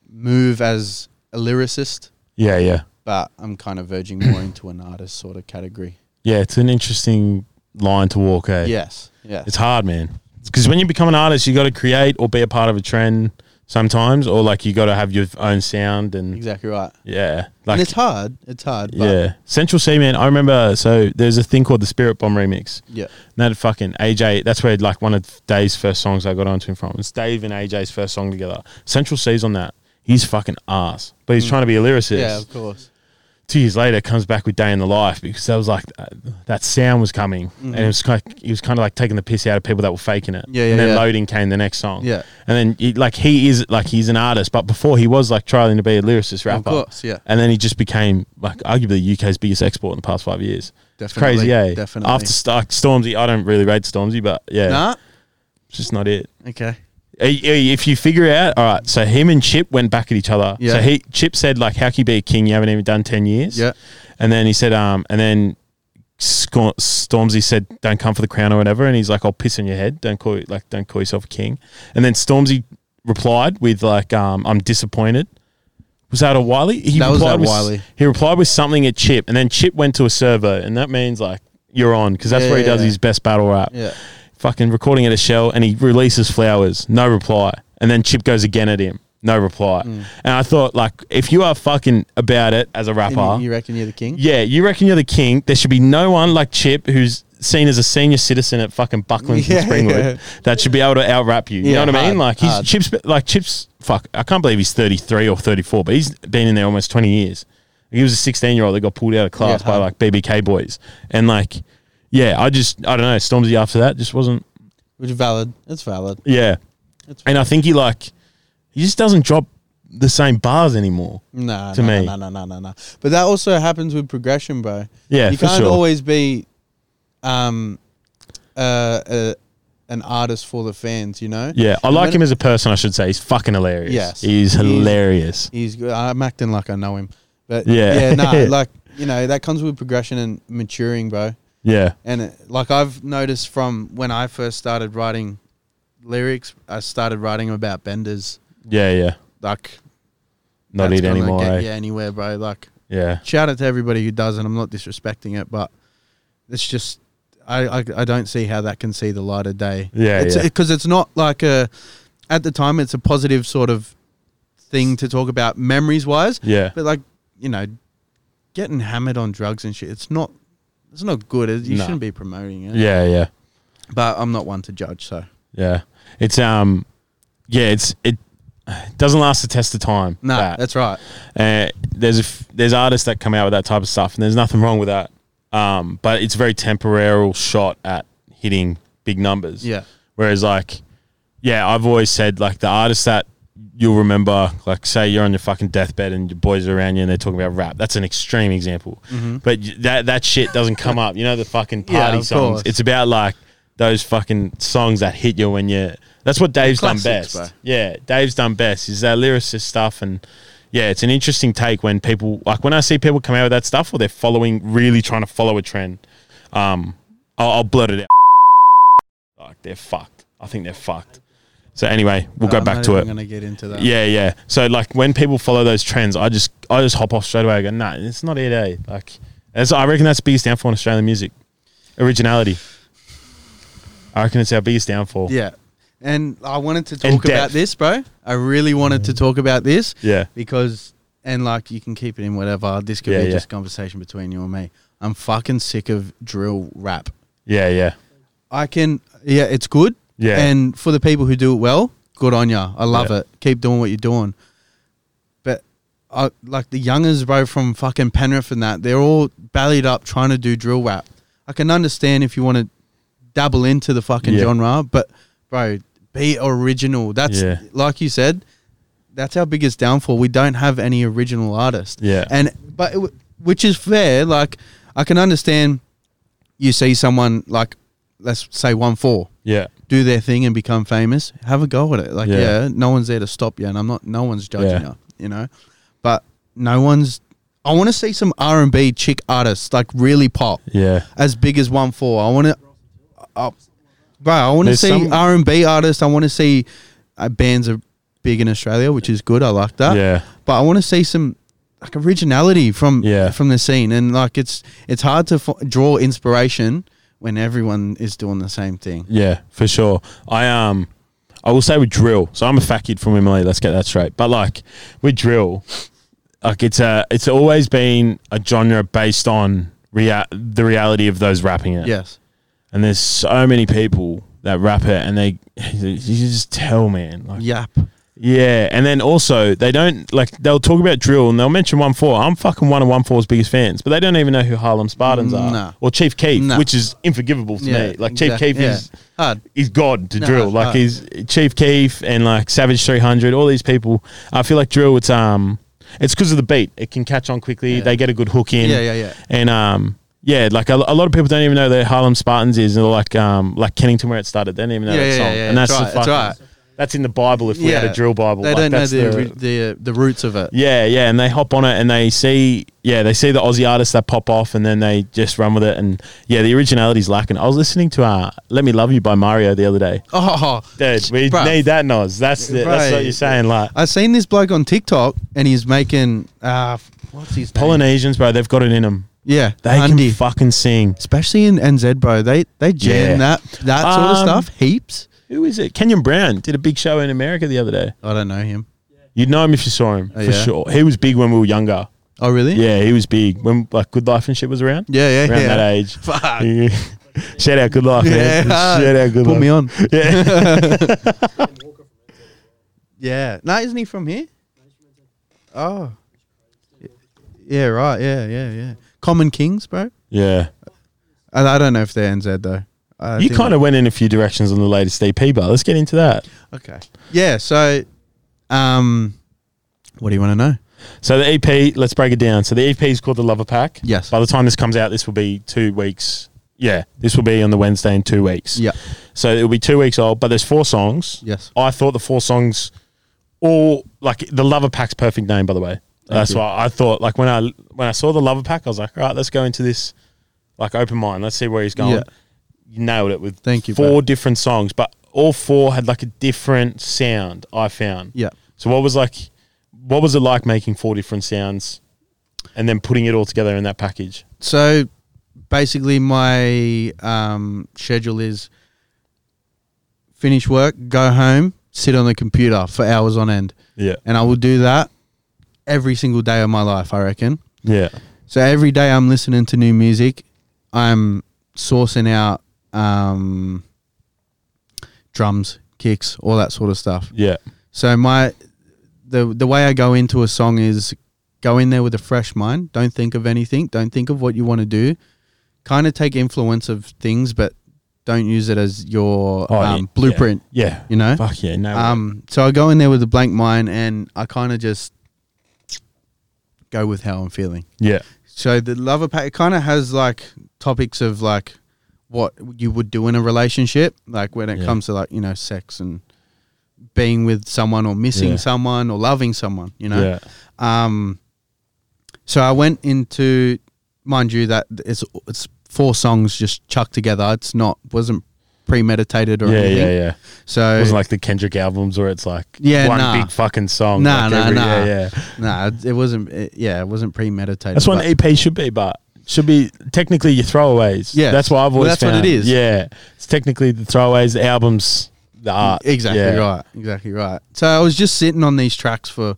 Speaker 2: move as a lyricist,
Speaker 1: yeah, yeah,
Speaker 2: but I'm kind of verging more into an artist sort of category.
Speaker 1: yeah. It's an interesting line to walk. Eh?
Speaker 2: Yes. Yeah.
Speaker 1: it's hard, man. Because when you become an artist, you got to create or be a part of a trend sometimes, or like you got to have your own sound and
Speaker 2: Exactly right.
Speaker 1: yeah,
Speaker 2: and
Speaker 1: like
Speaker 2: it's hard. It's hard. But yeah.
Speaker 1: yeah. Central C, man. I remember. So there's a thing called the Spirit Bomb remix.
Speaker 2: Yeah.
Speaker 1: And that fucking AJ, that's where like one of Dave's first songs I got onto him from. It's Dave and AJ's first song together. Central C's on that. He's fucking ass, but he's trying to be a lyricist.
Speaker 2: Mm. Yeah, of course.
Speaker 1: Two years later, comes back with Day in the Life because that was like uh, that sound was coming, and it was kind of, he was kind of like taking the piss out of people that were faking it.
Speaker 2: Mm. Yeah, yeah,
Speaker 1: And then
Speaker 2: yeah.
Speaker 1: Loading came the next song.
Speaker 2: Yeah.
Speaker 1: And then he, like he is like he's an artist, but before he was like trying to be a lyricist rapper.
Speaker 2: Of course, yeah.
Speaker 1: And then he just became like arguably UK's biggest export in the past five years. It's
Speaker 2: Definitely,
Speaker 1: crazy, eh?
Speaker 2: definitely.
Speaker 1: After Stark, Stormzy, I don't really rate Stormzy, but yeah,
Speaker 2: Nah?
Speaker 1: it's just not it.
Speaker 2: Okay.
Speaker 1: Eh, eh, If you figure out, all right, so him and Chip went back at each other.
Speaker 2: Yeah.
Speaker 1: So he Chip said like, "How can you be a king? You haven't even done ten years."
Speaker 2: Yeah.
Speaker 1: And then he said, um, and then Sco- Stormzy said, "Don't come for the crown or whatever," and he's like, "I'll piss in your head. Don't call it like don't call yourself a king." And then Stormzy replied with like, um, "I'm disappointed." Was that a Wiley? He
Speaker 2: That was
Speaker 1: replied
Speaker 2: at
Speaker 1: with,
Speaker 2: Wiley.
Speaker 1: He replied with something at Chip, and then Chip went to a server, and that means like you're on because that's
Speaker 2: Yeah,
Speaker 1: where he
Speaker 2: yeah,
Speaker 1: does
Speaker 2: yeah.
Speaker 1: his best battle rap.
Speaker 2: Yeah.
Speaker 1: Fucking recording at a shell, and he releases flowers. No reply, and then Chip goes again at him. No reply.
Speaker 2: Mm.
Speaker 1: And I thought like, if you are fucking about it as a rapper,
Speaker 2: And you, you reckon you're the king?
Speaker 1: yeah, you reckon you're the king. There should be no one like Chip who's seen as a senior citizen at fucking Buckland
Speaker 2: Yeah,
Speaker 1: and Springwood
Speaker 2: yeah.
Speaker 1: that should be able to out rap you. You
Speaker 2: Yeah,
Speaker 1: know what I
Speaker 2: hard,
Speaker 1: mean? Like he's
Speaker 2: hard.
Speaker 1: Chip's like Chip's fuck, I can't believe he's 33 or 34, but he's been in there almost 20 years. He was a 16 year old that got pulled out of class
Speaker 2: Yeah,
Speaker 1: by
Speaker 2: hard.
Speaker 1: like BBK boys. And like yeah, I just I don't know, Stormzy after that just wasn't
Speaker 2: Which is valid. It's valid.
Speaker 1: yeah.
Speaker 2: It's-
Speaker 1: And I think he like he just doesn't drop the same bars anymore.
Speaker 2: Nah,
Speaker 1: To
Speaker 2: nah, nah,
Speaker 1: me.
Speaker 2: nah, nah, nah, nah, nah. But that also happens with progression, bro.
Speaker 1: Yeah,
Speaker 2: you
Speaker 1: for
Speaker 2: can't
Speaker 1: sure.
Speaker 2: always be, um, uh, uh, an artist for the fans. You know.
Speaker 1: yeah, I
Speaker 2: And
Speaker 1: like
Speaker 2: when-
Speaker 1: him as a person, I should say. He's fucking hilarious.
Speaker 2: Yes.
Speaker 1: He's
Speaker 2: He is-
Speaker 1: hilarious.
Speaker 2: He's good. I'm acting like I know him, but
Speaker 1: Yeah.
Speaker 2: yeah, nah, like you know that comes with progression and maturing, bro.
Speaker 1: Yeah.
Speaker 2: And it, like I've noticed from when I first started writing lyrics, I started writing about benders.
Speaker 1: Yeah, yeah.
Speaker 2: Like
Speaker 1: Not
Speaker 2: that's
Speaker 1: eat
Speaker 2: gonna
Speaker 1: anymore.
Speaker 2: Get
Speaker 1: eh?
Speaker 2: you anywhere, bro. Like
Speaker 1: Yeah.
Speaker 2: shout out to everybody who does it. I'm not disrespecting it, but it's just I, I I don't see how that can see the light of day.
Speaker 1: Yeah,
Speaker 2: it's
Speaker 1: yeah.
Speaker 2: because it's not like a at the time it's a positive sort of thing to talk about memories wise,
Speaker 1: Yeah.
Speaker 2: but like you know, getting hammered on drugs and shit, it's not it's not good. It- You
Speaker 1: No.
Speaker 2: shouldn't be promoting it.
Speaker 1: Yeah, yeah.
Speaker 2: but I'm not one to judge. So
Speaker 1: Yeah. It's um yeah, it's it doesn't last the test of time.
Speaker 2: no,
Speaker 1: that.
Speaker 2: that's right.
Speaker 1: Uh, there's a f- there's artists that come out with that type of stuff, and there's nothing wrong with that. Um, but it's a very temporal shot at hitting big numbers.
Speaker 2: Yeah.
Speaker 1: Whereas like, yeah, I've always said like the artists that you'll remember, like say you're on your fucking deathbed and your boys are around you and they're talking about rap. That's an extreme example, but y- that that shit doesn't come up. You know the fucking
Speaker 2: Mm-hmm. Yeah,
Speaker 1: party
Speaker 2: of
Speaker 1: songs.
Speaker 2: course.
Speaker 1: It's about like those fucking songs that hit you when you. That's what Dave's done best.
Speaker 2: classics, bro.
Speaker 1: Yeah, Dave's done best. Is that lyricist stuff and. Yeah, it's an interesting take when people like when I see people come out with that stuff or they're following really trying to follow a trend. Um, I'll, I'll blurt it out. Like they're fucked. I think they're fucked. So anyway, we'll go
Speaker 2: I'm
Speaker 1: back
Speaker 2: not
Speaker 1: to
Speaker 2: even
Speaker 1: it.
Speaker 2: Gonna get into that.
Speaker 1: Yeah, yeah. So like when people follow those trends, I just I just hop off straight away. I go, nah, it's not it, eh? Like, that's, I reckon that's the biggest downfall in Australian music, originality. I reckon it's our biggest downfall.
Speaker 2: Yeah. And I wanted to
Speaker 1: And
Speaker 2: talk about
Speaker 1: depth.
Speaker 2: this, bro. I really wanted to talk about this
Speaker 1: Yeah.
Speaker 2: because, and like, you can keep it in whatever. This could
Speaker 1: Yeah,
Speaker 2: be
Speaker 1: yeah.
Speaker 2: just conversation between you and me. I'm fucking sick of drill rap.
Speaker 1: Yeah, yeah,
Speaker 2: I can, yeah, it's good.
Speaker 1: Yeah.
Speaker 2: And for the people who do it well, good on ya. I love
Speaker 1: Yeah.
Speaker 2: it. Keep doing what you're doing. But I, like the youngers, bro, from fucking Penrith and that, they're all ballied up trying to do drill rap. I can understand if you want to dabble into the fucking
Speaker 1: Yeah.
Speaker 2: genre, but bro, be original. That's
Speaker 1: Yeah.
Speaker 2: like you said, that's our biggest downfall. We don't have any original artists.
Speaker 1: Yeah.
Speaker 2: And but it, w- which is fair. Like I can understand you see someone like let's say one four
Speaker 1: yeah,
Speaker 2: do their thing and become famous, have a go at it. Like, yeah,
Speaker 1: Yeah.
Speaker 2: no one's there to stop you, and I'm not. No one's judging
Speaker 1: Yeah.
Speaker 2: you, you know. But no one's. I want to see some R and B chick artists like really pop,
Speaker 1: yeah.
Speaker 2: as big as one four. I want to, uh, bro. I want to
Speaker 1: There's
Speaker 2: see
Speaker 1: some-
Speaker 2: R and B artists. I want to see uh, bands are big in Australia, which is good. I like that.
Speaker 1: Yeah.
Speaker 2: But I want to see some like originality from
Speaker 1: Yeah.
Speaker 2: from the scene, and like it's it's hard to f- draw inspiration when everyone is doing the same thing.
Speaker 1: Yeah, for sure. I um, I will say with drill. So I'm a fat kid from Emily. Let's get that straight. But like with drill, like it's a it's always been a genre based on rea- the reality of those rapping it.
Speaker 2: Yes.
Speaker 1: And there's so many people that rap it, and they you just tell man. Like,
Speaker 2: Yap.
Speaker 1: yeah, and then also they don't like they'll talk about drill and they'll mention one four. I'm fucking one of one four's biggest fans, but they don't even know who Harlem Spartans
Speaker 2: Nah.
Speaker 1: are or Chief Keef,
Speaker 2: Nah.
Speaker 1: which is unforgivable to me. Like Chief
Speaker 2: exactly.
Speaker 1: Keef
Speaker 2: Yeah.
Speaker 1: is
Speaker 2: hard.
Speaker 1: he's god to
Speaker 2: No,
Speaker 1: drill.
Speaker 2: it's
Speaker 1: Like
Speaker 2: hard.
Speaker 1: he's Chief Keef and like Savage Three Hundred, all these people. I feel like drill. It's um, it's because of the beat. It can catch on quickly.
Speaker 2: Yeah.
Speaker 1: They get a good hook in.
Speaker 2: Yeah, yeah, yeah.
Speaker 1: And um, yeah, like a, a lot of people don't even know who Harlem Spartans is. They're like um, like Kennington where it started. They don't even know
Speaker 2: Yeah,
Speaker 1: that
Speaker 2: yeah,
Speaker 1: song.
Speaker 2: yeah, yeah.
Speaker 1: and that's
Speaker 2: It's
Speaker 1: the
Speaker 2: right, it's
Speaker 1: fucking-
Speaker 2: right.
Speaker 1: that's in the Bible if we had
Speaker 2: Yeah.
Speaker 1: a drill Bible.
Speaker 2: They
Speaker 1: Like,
Speaker 2: don't know
Speaker 1: that's
Speaker 2: the, ri- the the roots of it.
Speaker 1: yeah, yeah, and they hop on it and they see, yeah, they see the Aussie artists that pop off and then they just run with it. And yeah, the originality's lacking. I was listening to uh, "Let Me Love You" by Mario the other day.
Speaker 2: Oh,
Speaker 1: Dude, we
Speaker 2: Bruv.
Speaker 1: need that noise. That's the, that's what
Speaker 2: Right.
Speaker 1: you're saying, like
Speaker 2: I seen this bloke on TikTok and he's making uh, what's his name?
Speaker 1: Polynesians, bro. They've got it in them.
Speaker 2: Yeah,
Speaker 1: They
Speaker 2: Hundi.
Speaker 1: can fucking sing.
Speaker 2: especially in NZ, bro. They they jam
Speaker 1: Yeah.
Speaker 2: that that sort of
Speaker 1: Um,
Speaker 2: stuff heaps.
Speaker 1: Who is it? Kenyon Brown did a big show in America the other day.
Speaker 2: I don't know him.
Speaker 1: You'd know him if you saw him
Speaker 2: Oh,
Speaker 1: for
Speaker 2: yeah?
Speaker 1: sure. He was big when we were younger.
Speaker 2: Oh, really?
Speaker 1: Yeah, he was big when like Good Life and shit was around.
Speaker 2: yeah, yeah.
Speaker 1: around
Speaker 2: yeah.
Speaker 1: that age.
Speaker 2: Fuck.
Speaker 1: Shout out Good Life, man.
Speaker 2: Yeah.
Speaker 1: Shout out Good
Speaker 2: Put
Speaker 1: Life.
Speaker 2: me on.
Speaker 1: Yeah.
Speaker 2: Yeah. No, isn't he from here? Oh. Yeah, right. Yeah, yeah, yeah. Common Kings, bro.
Speaker 1: yeah.
Speaker 2: I, I don't know if they're NZ, though. I
Speaker 1: you
Speaker 2: think-
Speaker 1: kind of went in a few directions on the latest EP, but let's get into that.
Speaker 2: Okay. Yeah, so, um, what do you want to know?
Speaker 1: So the EP, let's break it down. So the EP is called The Lover Pack.
Speaker 2: Yes.
Speaker 1: By the time this comes out, this will be two weeks. Yeah, this will be on the Wednesday in two weeks.
Speaker 2: Yeah.
Speaker 1: So it'll be two weeks old, but there's four songs.
Speaker 2: Yes.
Speaker 1: I thought the four songs, all like the Lover Pack's perfect name, by the way. That's
Speaker 2: you.
Speaker 1: why I thought like when I when I saw the Lover Pack, I was like, all right, let's go into this like open mind. Let's see where he's going.
Speaker 2: Yeah.
Speaker 1: You nailed it with
Speaker 2: Thank you,
Speaker 1: four
Speaker 2: bro.
Speaker 1: different songs, but all four had like a different sound. I found.
Speaker 2: Yeah.
Speaker 1: So what was like, what was it like making four different sounds, and then putting it all together in that package?
Speaker 2: So, basically, my um, schedule is finish work, go home, sit on the computer for hours on end.
Speaker 1: Yeah.
Speaker 2: And I will do that every single day of my life, I reckon.
Speaker 1: Yeah.
Speaker 2: So every day I'm listening to new music, I'm sourcing out um, drums, kicks, all that sort of stuff.
Speaker 1: Yeah.
Speaker 2: So my the the way I go into a song is go in there with a fresh mind. Don't think of anything. Don't think of what you want to do. Kind of take influence of things, but don't use it as your
Speaker 1: Oh, yeah.
Speaker 2: um, blueprint.
Speaker 1: Yeah.
Speaker 2: You know.
Speaker 1: Fuck yeah. No.
Speaker 2: Um, so I go in there with a blank mind, and I kind of just go with how I'm feeling.
Speaker 1: yeah.
Speaker 2: So the lover pack kind of has like topics of like what you would do in a relationship, like when it
Speaker 1: Yeah.
Speaker 2: comes to like you know sex and being with someone or missing
Speaker 1: Yeah.
Speaker 2: someone or loving someone, you know.
Speaker 1: Yeah.
Speaker 2: Um, so I went into, mind you, that it's it's four songs just chucked together. It's not wasn't premeditated or
Speaker 1: Yeah.
Speaker 2: anything.
Speaker 1: Yeah. Yeah.
Speaker 2: So
Speaker 1: It wasn't like the Kendrick albums where it's like
Speaker 2: Yeah,
Speaker 1: one
Speaker 2: nah.
Speaker 1: big fucking song.
Speaker 2: Nah,
Speaker 1: like
Speaker 2: nah,
Speaker 1: every-
Speaker 2: nah.
Speaker 1: Yeah, yeah.
Speaker 2: nah, it, it wasn't. It, yeah, it wasn't premeditated.
Speaker 1: That's what
Speaker 2: but-
Speaker 1: an EP should be, but should be technically your throwaways.
Speaker 2: Yes.
Speaker 1: That's what I've
Speaker 2: Well,
Speaker 1: always
Speaker 2: that's what it
Speaker 1: found.
Speaker 2: is.
Speaker 1: Yeah. It's technically the throwaways, the albums, the art.
Speaker 2: Exactly
Speaker 1: Yeah.
Speaker 2: right. Exactly right. So I was just sitting on these tracks for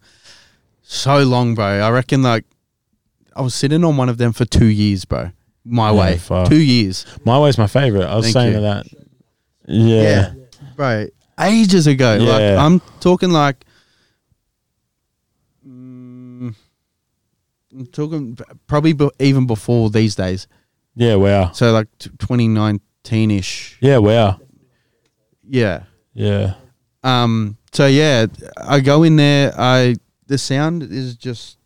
Speaker 2: so long, bro. I reckon like I was sitting on one of them for two years, bro. My
Speaker 1: Yeah,
Speaker 2: way,
Speaker 1: fuck.
Speaker 2: two years,
Speaker 1: My way's my favorite. I was
Speaker 2: Thank
Speaker 1: saying
Speaker 2: you.
Speaker 1: that. Yeah.
Speaker 2: Yeah. bro. Ages ago, like
Speaker 1: Yeah.
Speaker 2: I'm talking like, mm, I'm talking b- probably be- even before these days.
Speaker 1: Yeah, wow.
Speaker 2: So like 2019 ish.
Speaker 1: Yeah, wow.
Speaker 2: Yeah.
Speaker 1: Yeah.
Speaker 2: Um, so yeah, I go in there. I the sound is just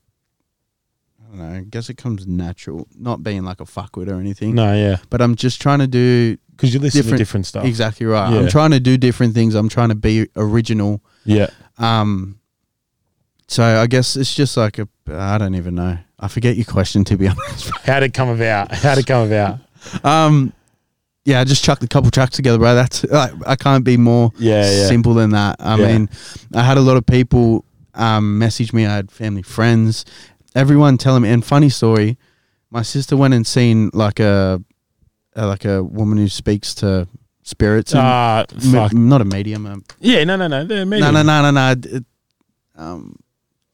Speaker 2: I don't know. I guess it comes natural, not being like a fuckwit or anything.
Speaker 1: No, yeah.
Speaker 2: But I'm just trying to do
Speaker 1: Because you listen
Speaker 2: Different-
Speaker 1: to different stuff.
Speaker 2: exactly right. I'm
Speaker 1: Yeah.
Speaker 2: trying to do different things. I'm trying to be original.
Speaker 1: Yeah.
Speaker 2: Um, so I guess it's just like a I don't even know. I forget your question to be honest.
Speaker 1: How'd it come about? How'd it come about?
Speaker 2: um, yeah, I just chucked a couple tracks together, bro. That's like, I can't be more
Speaker 1: Yeah, yeah.
Speaker 2: simple than that. I
Speaker 1: Yeah.
Speaker 2: mean, I had a lot of people um, message me. I had family, friends, everyone tell me. And funny story, my sister went and seen like a, a like a woman who speaks to spirits. And
Speaker 1: Ah,
Speaker 2: me-
Speaker 1: fuck.
Speaker 2: not a medium. Um,
Speaker 1: Yeah, no, no, no. They're
Speaker 2: no,
Speaker 1: amazing.
Speaker 2: no, no, no, no. It, um,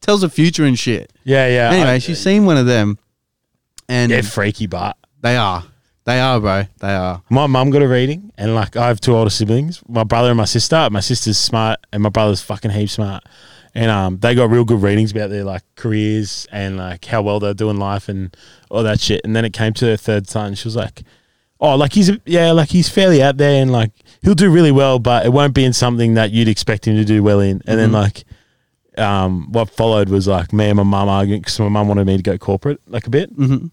Speaker 2: tells the future and shit.
Speaker 1: Yeah, yeah.
Speaker 2: anyway,
Speaker 1: I-
Speaker 2: she's seen one of them, and
Speaker 1: They're freaky, but
Speaker 2: they are, they are, bro, they are.
Speaker 1: My mum got a reading, and like I have two older siblings, my brother and my sister. My sister's smart, and my brother's fucking heap smart. And um, they got real good readings about their like careers and like how well they're doing life and all that shit. And then it came to her third son. She was like, "Oh, like he's a, yeah, like he's fairly out there, and like he'll do really well, but it won't be in something that you'd expect him to do well in." And
Speaker 2: Mm-hmm.
Speaker 1: then like um, what followed was like me and my mum arguing because my mum wanted me to go corporate like a bit to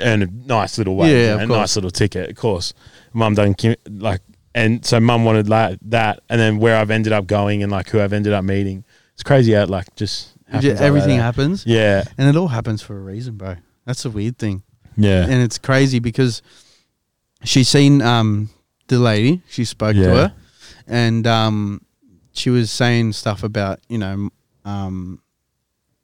Speaker 1: earn a nice little wage,
Speaker 2: Mm-hmm. Yeah,
Speaker 1: you
Speaker 2: of
Speaker 1: know, a
Speaker 2: course.
Speaker 1: nice little ticket, of course. Mum done like and so mum wanted like that, and then where I've ended up going and like who I've ended up meeting. It's crazy how it, like just happens
Speaker 2: Ju-
Speaker 1: like
Speaker 2: everything
Speaker 1: that.
Speaker 2: happens,
Speaker 1: Yeah,
Speaker 2: and it all happens for a reason, bro. That's the weird thing,
Speaker 1: yeah,
Speaker 2: and it's crazy because she's seen um the lady. She spoke to
Speaker 1: Yeah.
Speaker 2: her, and um she was saying stuff about you know um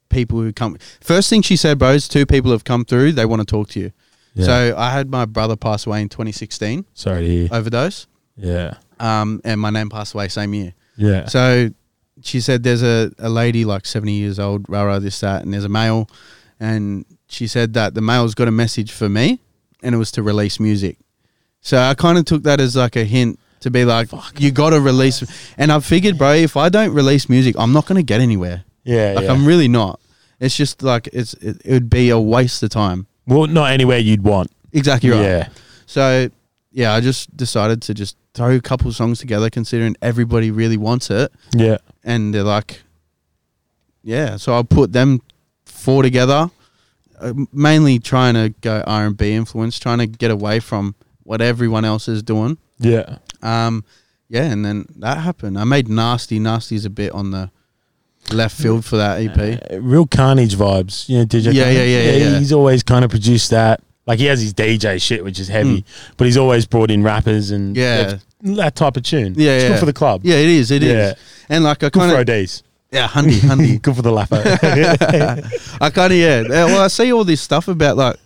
Speaker 2: people who come. First thing she said, bro, is two people have come through. They want to talk to you.
Speaker 1: yeah.
Speaker 2: So I had my brother pass away in 2016,
Speaker 1: sorry to hear.
Speaker 2: overdose,
Speaker 1: Yeah,
Speaker 2: um, and my nan passed away same year.
Speaker 1: yeah,
Speaker 2: So she said there's a, a lady like 70 years old, rah, rah, this, that, and there's a male. And she said that the male's got a message for me and it was to release music. So I kind of took that as like a hint to be like, you got to release. And I figured, bro, if I don't release music, I'm not going to get anywhere.
Speaker 1: yeah.
Speaker 2: Like,
Speaker 1: yeah.
Speaker 2: I'm really not. It's just like, it's it, it would be a waste of time.
Speaker 1: well, not anywhere you'd want.
Speaker 2: Exactly right.
Speaker 1: Yeah,
Speaker 2: So yeah, I just decided to just throw a couple songs together, considering everybody really wants it,
Speaker 1: yeah,
Speaker 2: and they're like, yeah. So I put them four together, uh, mainly trying to go R and B influence, trying to get away from what everyone else is doing.
Speaker 1: yeah.
Speaker 2: Um, yeah, and then that happened. I made nasty, nasty's a bit on the left field for that E EP.
Speaker 1: Uh, real Carnage vibes. You know, DJ.
Speaker 2: Yeah,
Speaker 1: Carnage.
Speaker 2: yeah, yeah, yeah.
Speaker 1: He's always kind of produced that. Like he has his DJ shit, which is heavy, but he's always brought in rappers and
Speaker 2: Hmm. Yeah.
Speaker 1: that, that type of tune.
Speaker 2: Yeah,
Speaker 1: it's
Speaker 2: yeah.
Speaker 1: good for the club.
Speaker 2: Yeah, it is. it is.
Speaker 1: Yeah.
Speaker 2: And like I
Speaker 1: good for
Speaker 2: kind of
Speaker 1: ODs.
Speaker 2: yeah, hundy, hundy.
Speaker 1: good for the lapper.
Speaker 2: I kind of yeah. Uh, Well, I see all this stuff about like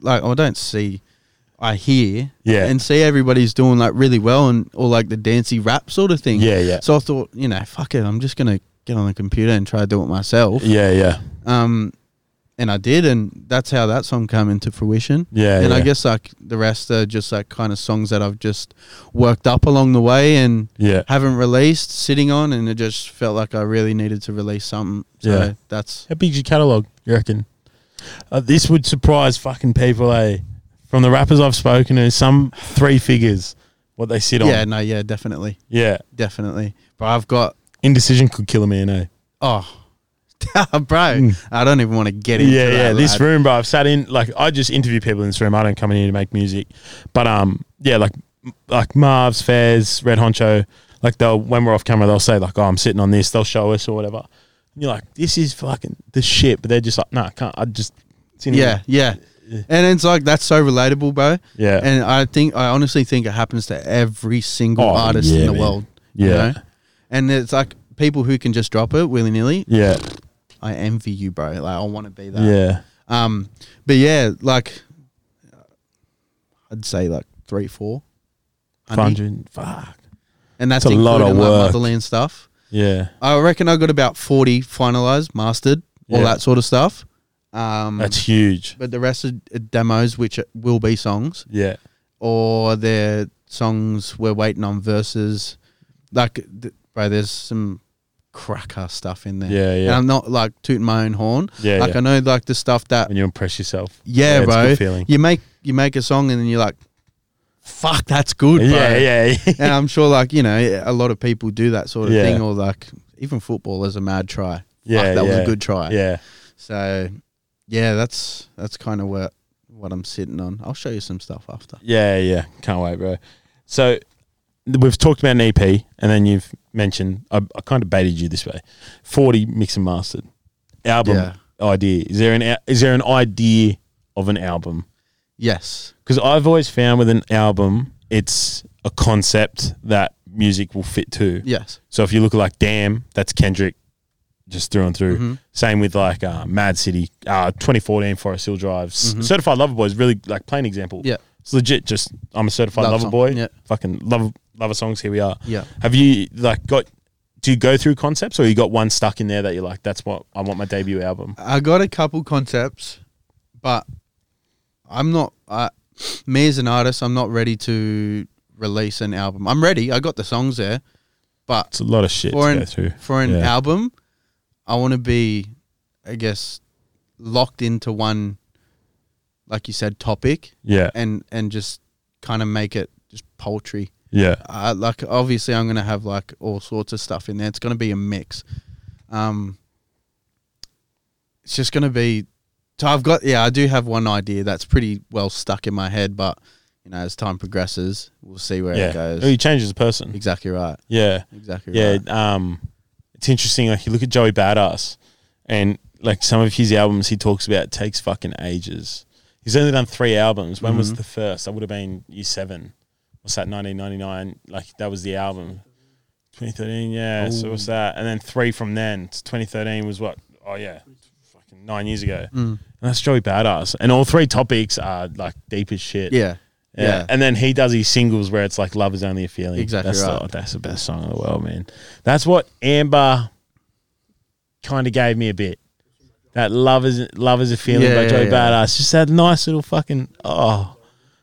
Speaker 2: like I don't see, I hear
Speaker 1: Yeah.
Speaker 2: and see everybody's doing like really well and or like the dancey rap sort of thing.
Speaker 1: Yeah, yeah.
Speaker 2: So I thought you know fuck it, I'm just gonna get on the computer and try to do it myself.
Speaker 1: yeah, yeah,
Speaker 2: Um, and I did, and that's how that song came into fruition.
Speaker 1: yeah.
Speaker 2: and
Speaker 1: yeah.
Speaker 2: I guess like the rest are just like kind of songs that I've just worked up along the way and
Speaker 1: yeah,
Speaker 2: haven't released, sitting on, and it just felt like I really needed to release something. So
Speaker 1: Yeah.
Speaker 2: that's
Speaker 1: how big's your catalog? You reckon? Uh, this would surprise fucking people, eh? From the rappers I've spoken to, some three figures, what they sit on.
Speaker 2: yeah, no, yeah, definitely.
Speaker 1: yeah.
Speaker 2: definitely. But I've got
Speaker 1: Indecision could kill a man, eh?
Speaker 2: oh, bro, I don't even want to get into
Speaker 1: Mm. Yeah,
Speaker 2: that,
Speaker 1: yeah. This
Speaker 2: lad.
Speaker 1: room, bro. I've sat in like I just interview people in this room. I don't come in here to make music, but um, yeah, like like Marv's, Fairs, Red Honcho. Like they'll when we're off camera, they'll say like, "Oh, I'm sitting on this." They'll show us or whatever. And you're like, "This is fucking the shit," but they're just like, "No, nah, I can't." I just it's in
Speaker 2: yeah,
Speaker 1: here."
Speaker 2: yeah, and it's like that's so relatable, bro.
Speaker 1: yeah,
Speaker 2: And I think I honestly think it happens to every single
Speaker 1: Oh,
Speaker 2: artist
Speaker 1: yeah,
Speaker 2: in the
Speaker 1: man.
Speaker 2: world. you
Speaker 1: yeah,
Speaker 2: know? and it's like people who can just drop it willy nilly.
Speaker 1: yeah,
Speaker 2: I envy you, bro. Like I want to be that.
Speaker 1: yeah,
Speaker 2: Um, but yeah, like I'd say like three, four. Hundred.
Speaker 1: hundred, fuck,
Speaker 2: And that's
Speaker 1: It's a lot of
Speaker 2: including,
Speaker 1: work.
Speaker 2: Like motherland stuff.
Speaker 1: yeah.
Speaker 2: I reckon I got about 40 finalized, mastered, all
Speaker 1: Yeah.
Speaker 2: that sort of stuff. Um,
Speaker 1: That's huge.
Speaker 2: but the rest are uh, demos, which will be songs,
Speaker 1: Yeah,
Speaker 2: or they're songs we're waiting on verses. Like, th- bro, there's some cracker stuff in there.
Speaker 1: yeah,
Speaker 2: And
Speaker 1: yeah,
Speaker 2: I'm not like tooting my own horn.
Speaker 1: yeah.
Speaker 2: like,
Speaker 1: yeah.
Speaker 2: I know, like, the stuff that,
Speaker 1: When you impress yourself,
Speaker 2: yeah,
Speaker 1: it's a
Speaker 2: bro,
Speaker 1: good feeling.
Speaker 2: you make you make a song and then you're like, fuck, that's good, bro.
Speaker 1: Yeah, yeah, yeah.
Speaker 2: And I'm sure, like, you know, a lot of people do that sort of
Speaker 1: Yeah.
Speaker 2: thing, or like, even footballers a mad try. Fuck,
Speaker 1: yeah
Speaker 2: that was
Speaker 1: yeah,
Speaker 2: a good try.
Speaker 1: Yeah.
Speaker 2: So, yeah, that's that's kind of what what I'm sitting on. I'll show you some stuff after.
Speaker 1: Yeah, yeah. Can't wait, bro. So th- we've talked about an EP, and then you've mentioned I, I kind of baited you this way. Forty mix and mastered album
Speaker 2: Yeah.
Speaker 1: idea. Is there an a- is there an idea of an album?
Speaker 2: Yes.
Speaker 1: Because I've always found with an album, it's a concept that music will fit to.
Speaker 2: Yes.
Speaker 1: So if you look at like Damn, that's Kendrick, just through and through. Same with like uh, Mad City, uh, 2014 Forest Hill Drive. S- Certified Lover Boy is really like plain example.
Speaker 2: Yeah.
Speaker 1: It's legit just I'm a certified
Speaker 2: Love
Speaker 1: lover
Speaker 2: song,
Speaker 1: boy.
Speaker 2: yeah.
Speaker 1: Fucking love lover songs, here we are.
Speaker 2: Yeah.
Speaker 1: Have you like got do you go through concepts or you got one stuck in there that you're like, that's what I want my debut album?
Speaker 2: I got a couple concepts, but I'm not. I, me as an artist, I'm not ready to release an album. I'm ready. I got the songs there, but
Speaker 1: It's a lot of shit
Speaker 2: For
Speaker 1: to
Speaker 2: an-
Speaker 1: go through.
Speaker 2: for an
Speaker 1: Yeah.
Speaker 2: album, I want to be, I guess, locked into one, like you said, topic,
Speaker 1: Yeah.
Speaker 2: and and just kind of make it just poultry.
Speaker 1: Yeah.
Speaker 2: uh, like obviously I'm gonna have like all sorts of stuff in there. It's gonna be a mix. Um, it's just gonna be. So I've got yeah, I do have one idea that's pretty well stuck in my head, but you know, as time progresses, we'll see where
Speaker 1: yeah.
Speaker 2: it goes.
Speaker 1: Oh, He changes a person.
Speaker 2: Exactly right.
Speaker 1: Yeah.
Speaker 2: Exactly
Speaker 1: Yeah.
Speaker 2: right.
Speaker 1: Um, it's interesting. Like, you look at Joey Badass and like some of his albums he talks about takes fucking ages. He's only done three albums. When was the first? That would have been year seven. What's that, 1999? Like, that was the album. 2013, yeah. So what's that? And then three from then. It's 2013 was what? Oh, yeah. Fucking nine years ago. And that's Joey Badass. And all three topics are like deep as shit.
Speaker 2: Yeah.
Speaker 1: Yeah.
Speaker 2: Yeah.
Speaker 1: And then he does his singles where it's like love is only a feeling.
Speaker 2: Exactly
Speaker 1: that's
Speaker 2: right.
Speaker 1: The, that's the best song in the world, man. That's what Amber kind of gave me a bit. That love is love is a feeling
Speaker 2: Yeah,
Speaker 1: by
Speaker 2: yeah,
Speaker 1: Joey
Speaker 2: yeah.
Speaker 1: Badass. Just that nice little fucking oh,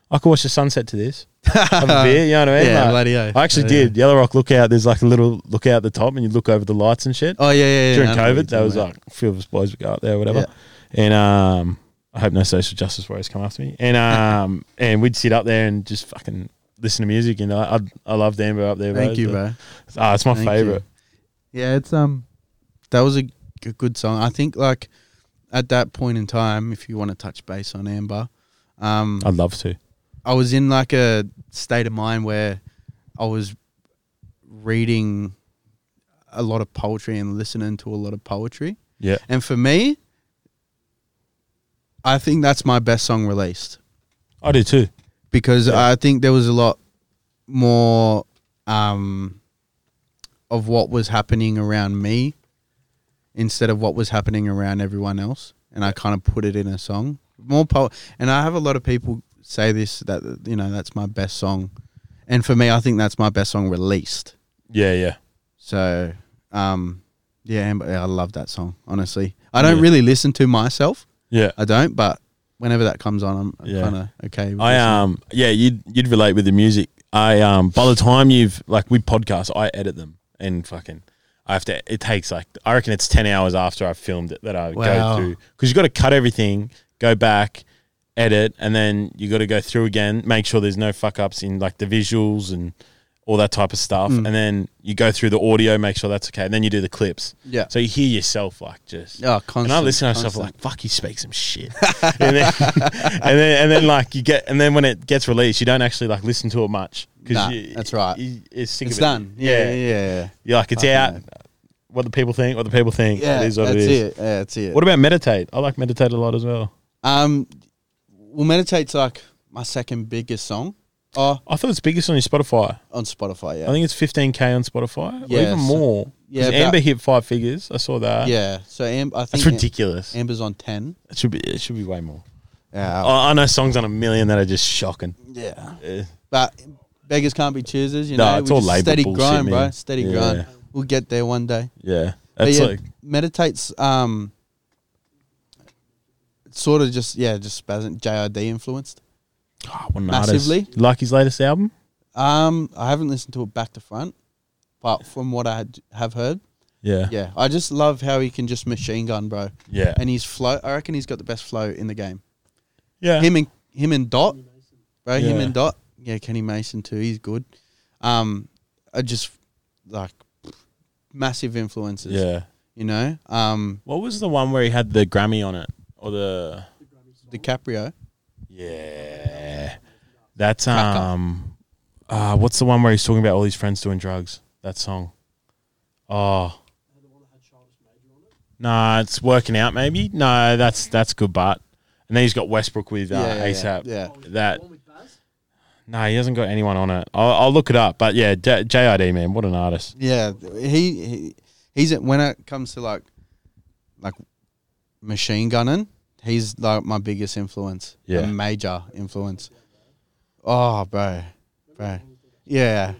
Speaker 1: I could watch the sunset to this. Have a beer, you know what I mean?
Speaker 2: Yeah,
Speaker 1: Like,
Speaker 2: bloody oath.
Speaker 1: I actually
Speaker 2: Bloody
Speaker 1: did. Yellow Rock Lookout. There's like a little lookout at the top, and you look over the lights and shit.
Speaker 2: Oh yeah, yeah. yeah.
Speaker 1: During
Speaker 2: I know what you're
Speaker 1: COVID, that
Speaker 2: talking
Speaker 1: was
Speaker 2: about.
Speaker 1: like a few of us boys would go up there, or whatever. And um, I hope no social justice warriors come after me. And um, and we'd sit up there and just fucking listen to music. And I I, I loved Amber up there.
Speaker 2: Thank you,
Speaker 1: It's
Speaker 2: bro.
Speaker 1: like- Ah, it's my
Speaker 2: Thank you.
Speaker 1: favorite.
Speaker 2: Yeah, it's um, that was a, g- a good song. I think like at that point in time, if you want to touch base on Amber, um,
Speaker 1: I'd love to.
Speaker 2: I was in like a state of mind where I was reading a lot of poetry and listening to a lot of poetry.
Speaker 1: Yeah.
Speaker 2: And for me, I think that's my best song released
Speaker 1: I do too.
Speaker 2: because
Speaker 1: Yeah.
Speaker 2: I think there was a lot more um, of what was happening around me instead of what was happening around everyone else, and I kind of put it in a song. More po- and I have a lot of people say this that you know that's my best song, and for me, I think that's my best song released.
Speaker 1: Yeah, yeah.
Speaker 2: So, um, yeah, Amber, yeah, I love that song. Honestly, I don't
Speaker 1: Yeah.
Speaker 2: really listen to myself.
Speaker 1: Yeah.
Speaker 2: I don't, but whenever that comes on, I'm
Speaker 1: Yeah.
Speaker 2: kind of okay. With
Speaker 1: I
Speaker 2: listening.
Speaker 1: um yeah, you'd you'd relate with the music. I um by the time you've like we podcast, I edit them and fucking I have to. It takes like I reckon it's ten hours after I've filmed it that I
Speaker 2: Wow.
Speaker 1: go through because you got to cut everything, go back, edit, and then you got to go through again, make sure there's no fuck ups in like the visuals and all that type of stuff, and then you go through the audio, make sure that's okay, and then you do the clips.
Speaker 2: Yeah.
Speaker 1: So you hear yourself like just
Speaker 2: Oh, constant.
Speaker 1: and I listen to myself
Speaker 2: constant.
Speaker 1: like, fuck, he speaks some shit. and, then, and then, and then, like, you get, and then when it gets released, you don't actually like listen to it much
Speaker 2: Nah,
Speaker 1: you-
Speaker 2: that's right.
Speaker 1: you- it's, sick
Speaker 2: it's
Speaker 1: of it.
Speaker 2: done. Yeah,
Speaker 1: yeah.
Speaker 2: yeah, yeah.
Speaker 1: You're like, it's
Speaker 2: Fucking
Speaker 1: out.
Speaker 2: hell.
Speaker 1: What the people think, what the people think. it is what
Speaker 2: that's
Speaker 1: it is.
Speaker 2: Yeah, that's it.
Speaker 1: What about meditate? I like meditate a lot as well.
Speaker 2: um, well, meditate's like my second biggest song. Oh,
Speaker 1: I thought it's biggest on your Spotify.
Speaker 2: on Spotify. Yeah,
Speaker 1: I think it's 15k on Spotify,
Speaker 2: Yeah,
Speaker 1: or even
Speaker 2: so-
Speaker 1: more. 'Cause
Speaker 2: yeah, about-
Speaker 1: Amber hit five figures. I saw that.
Speaker 2: yeah. So Am- I think
Speaker 1: that's ridiculous.
Speaker 2: Am- Amber's on ten.
Speaker 1: it should be, it should be way more.
Speaker 2: Yeah,
Speaker 1: I I know songs on a million that are just shocking.
Speaker 2: Oh. yeah.
Speaker 1: Eh.
Speaker 2: But beggars can't be choosers. You
Speaker 1: No,
Speaker 2: know,
Speaker 1: it's
Speaker 2: We
Speaker 1: all
Speaker 2: just
Speaker 1: label
Speaker 2: steady
Speaker 1: bullshit,
Speaker 2: grind, bro.
Speaker 1: man.
Speaker 2: Steady
Speaker 1: Yeah.
Speaker 2: grind. We'll get there one day.
Speaker 1: Yeah,
Speaker 2: But
Speaker 1: that's
Speaker 2: yeah,
Speaker 1: like
Speaker 2: meditates. Um, sort of just yeah, just spasm JID influenced.
Speaker 1: Oh, what an
Speaker 2: Massively.
Speaker 1: Artist. You Like his latest album?
Speaker 2: Um, I haven't listened to it back to front, but from what I had, have heard,
Speaker 1: Yeah.
Speaker 2: yeah, I just love how he can just machine gun, bro.
Speaker 1: Yeah.
Speaker 2: And his flow, I reckon he's got the best flow in the game.
Speaker 1: Yeah.
Speaker 2: Him and him and Dot, bro. Him
Speaker 1: Yeah.
Speaker 2: and Dot, yeah. Kenny Mason too. He's good. Um, I just like massive influences.
Speaker 1: yeah.
Speaker 2: You know, um,
Speaker 1: What was the one where he had the Grammy on it? Or the
Speaker 2: DiCaprio.
Speaker 1: Yeah. That's
Speaker 2: Cracker.
Speaker 1: um uh what's the one where he's talking about all his friends doing drugs? That song. Oh. Nah, it's working out maybe. No, that's that's good but. And then he's got Westbrook with uh,
Speaker 2: Yeah, yeah, yeah.
Speaker 1: ASAP.
Speaker 2: Yeah.
Speaker 1: That No, he hasn't got anyone on it. I'll, I'll look it up. But yeah, J- JID man, what an artist.
Speaker 2: Yeah, he, he he's when it comes to like like machine gunning, he's like my biggest influence.
Speaker 1: Yeah.
Speaker 2: a major influence. Oh, bro, bro, yeah.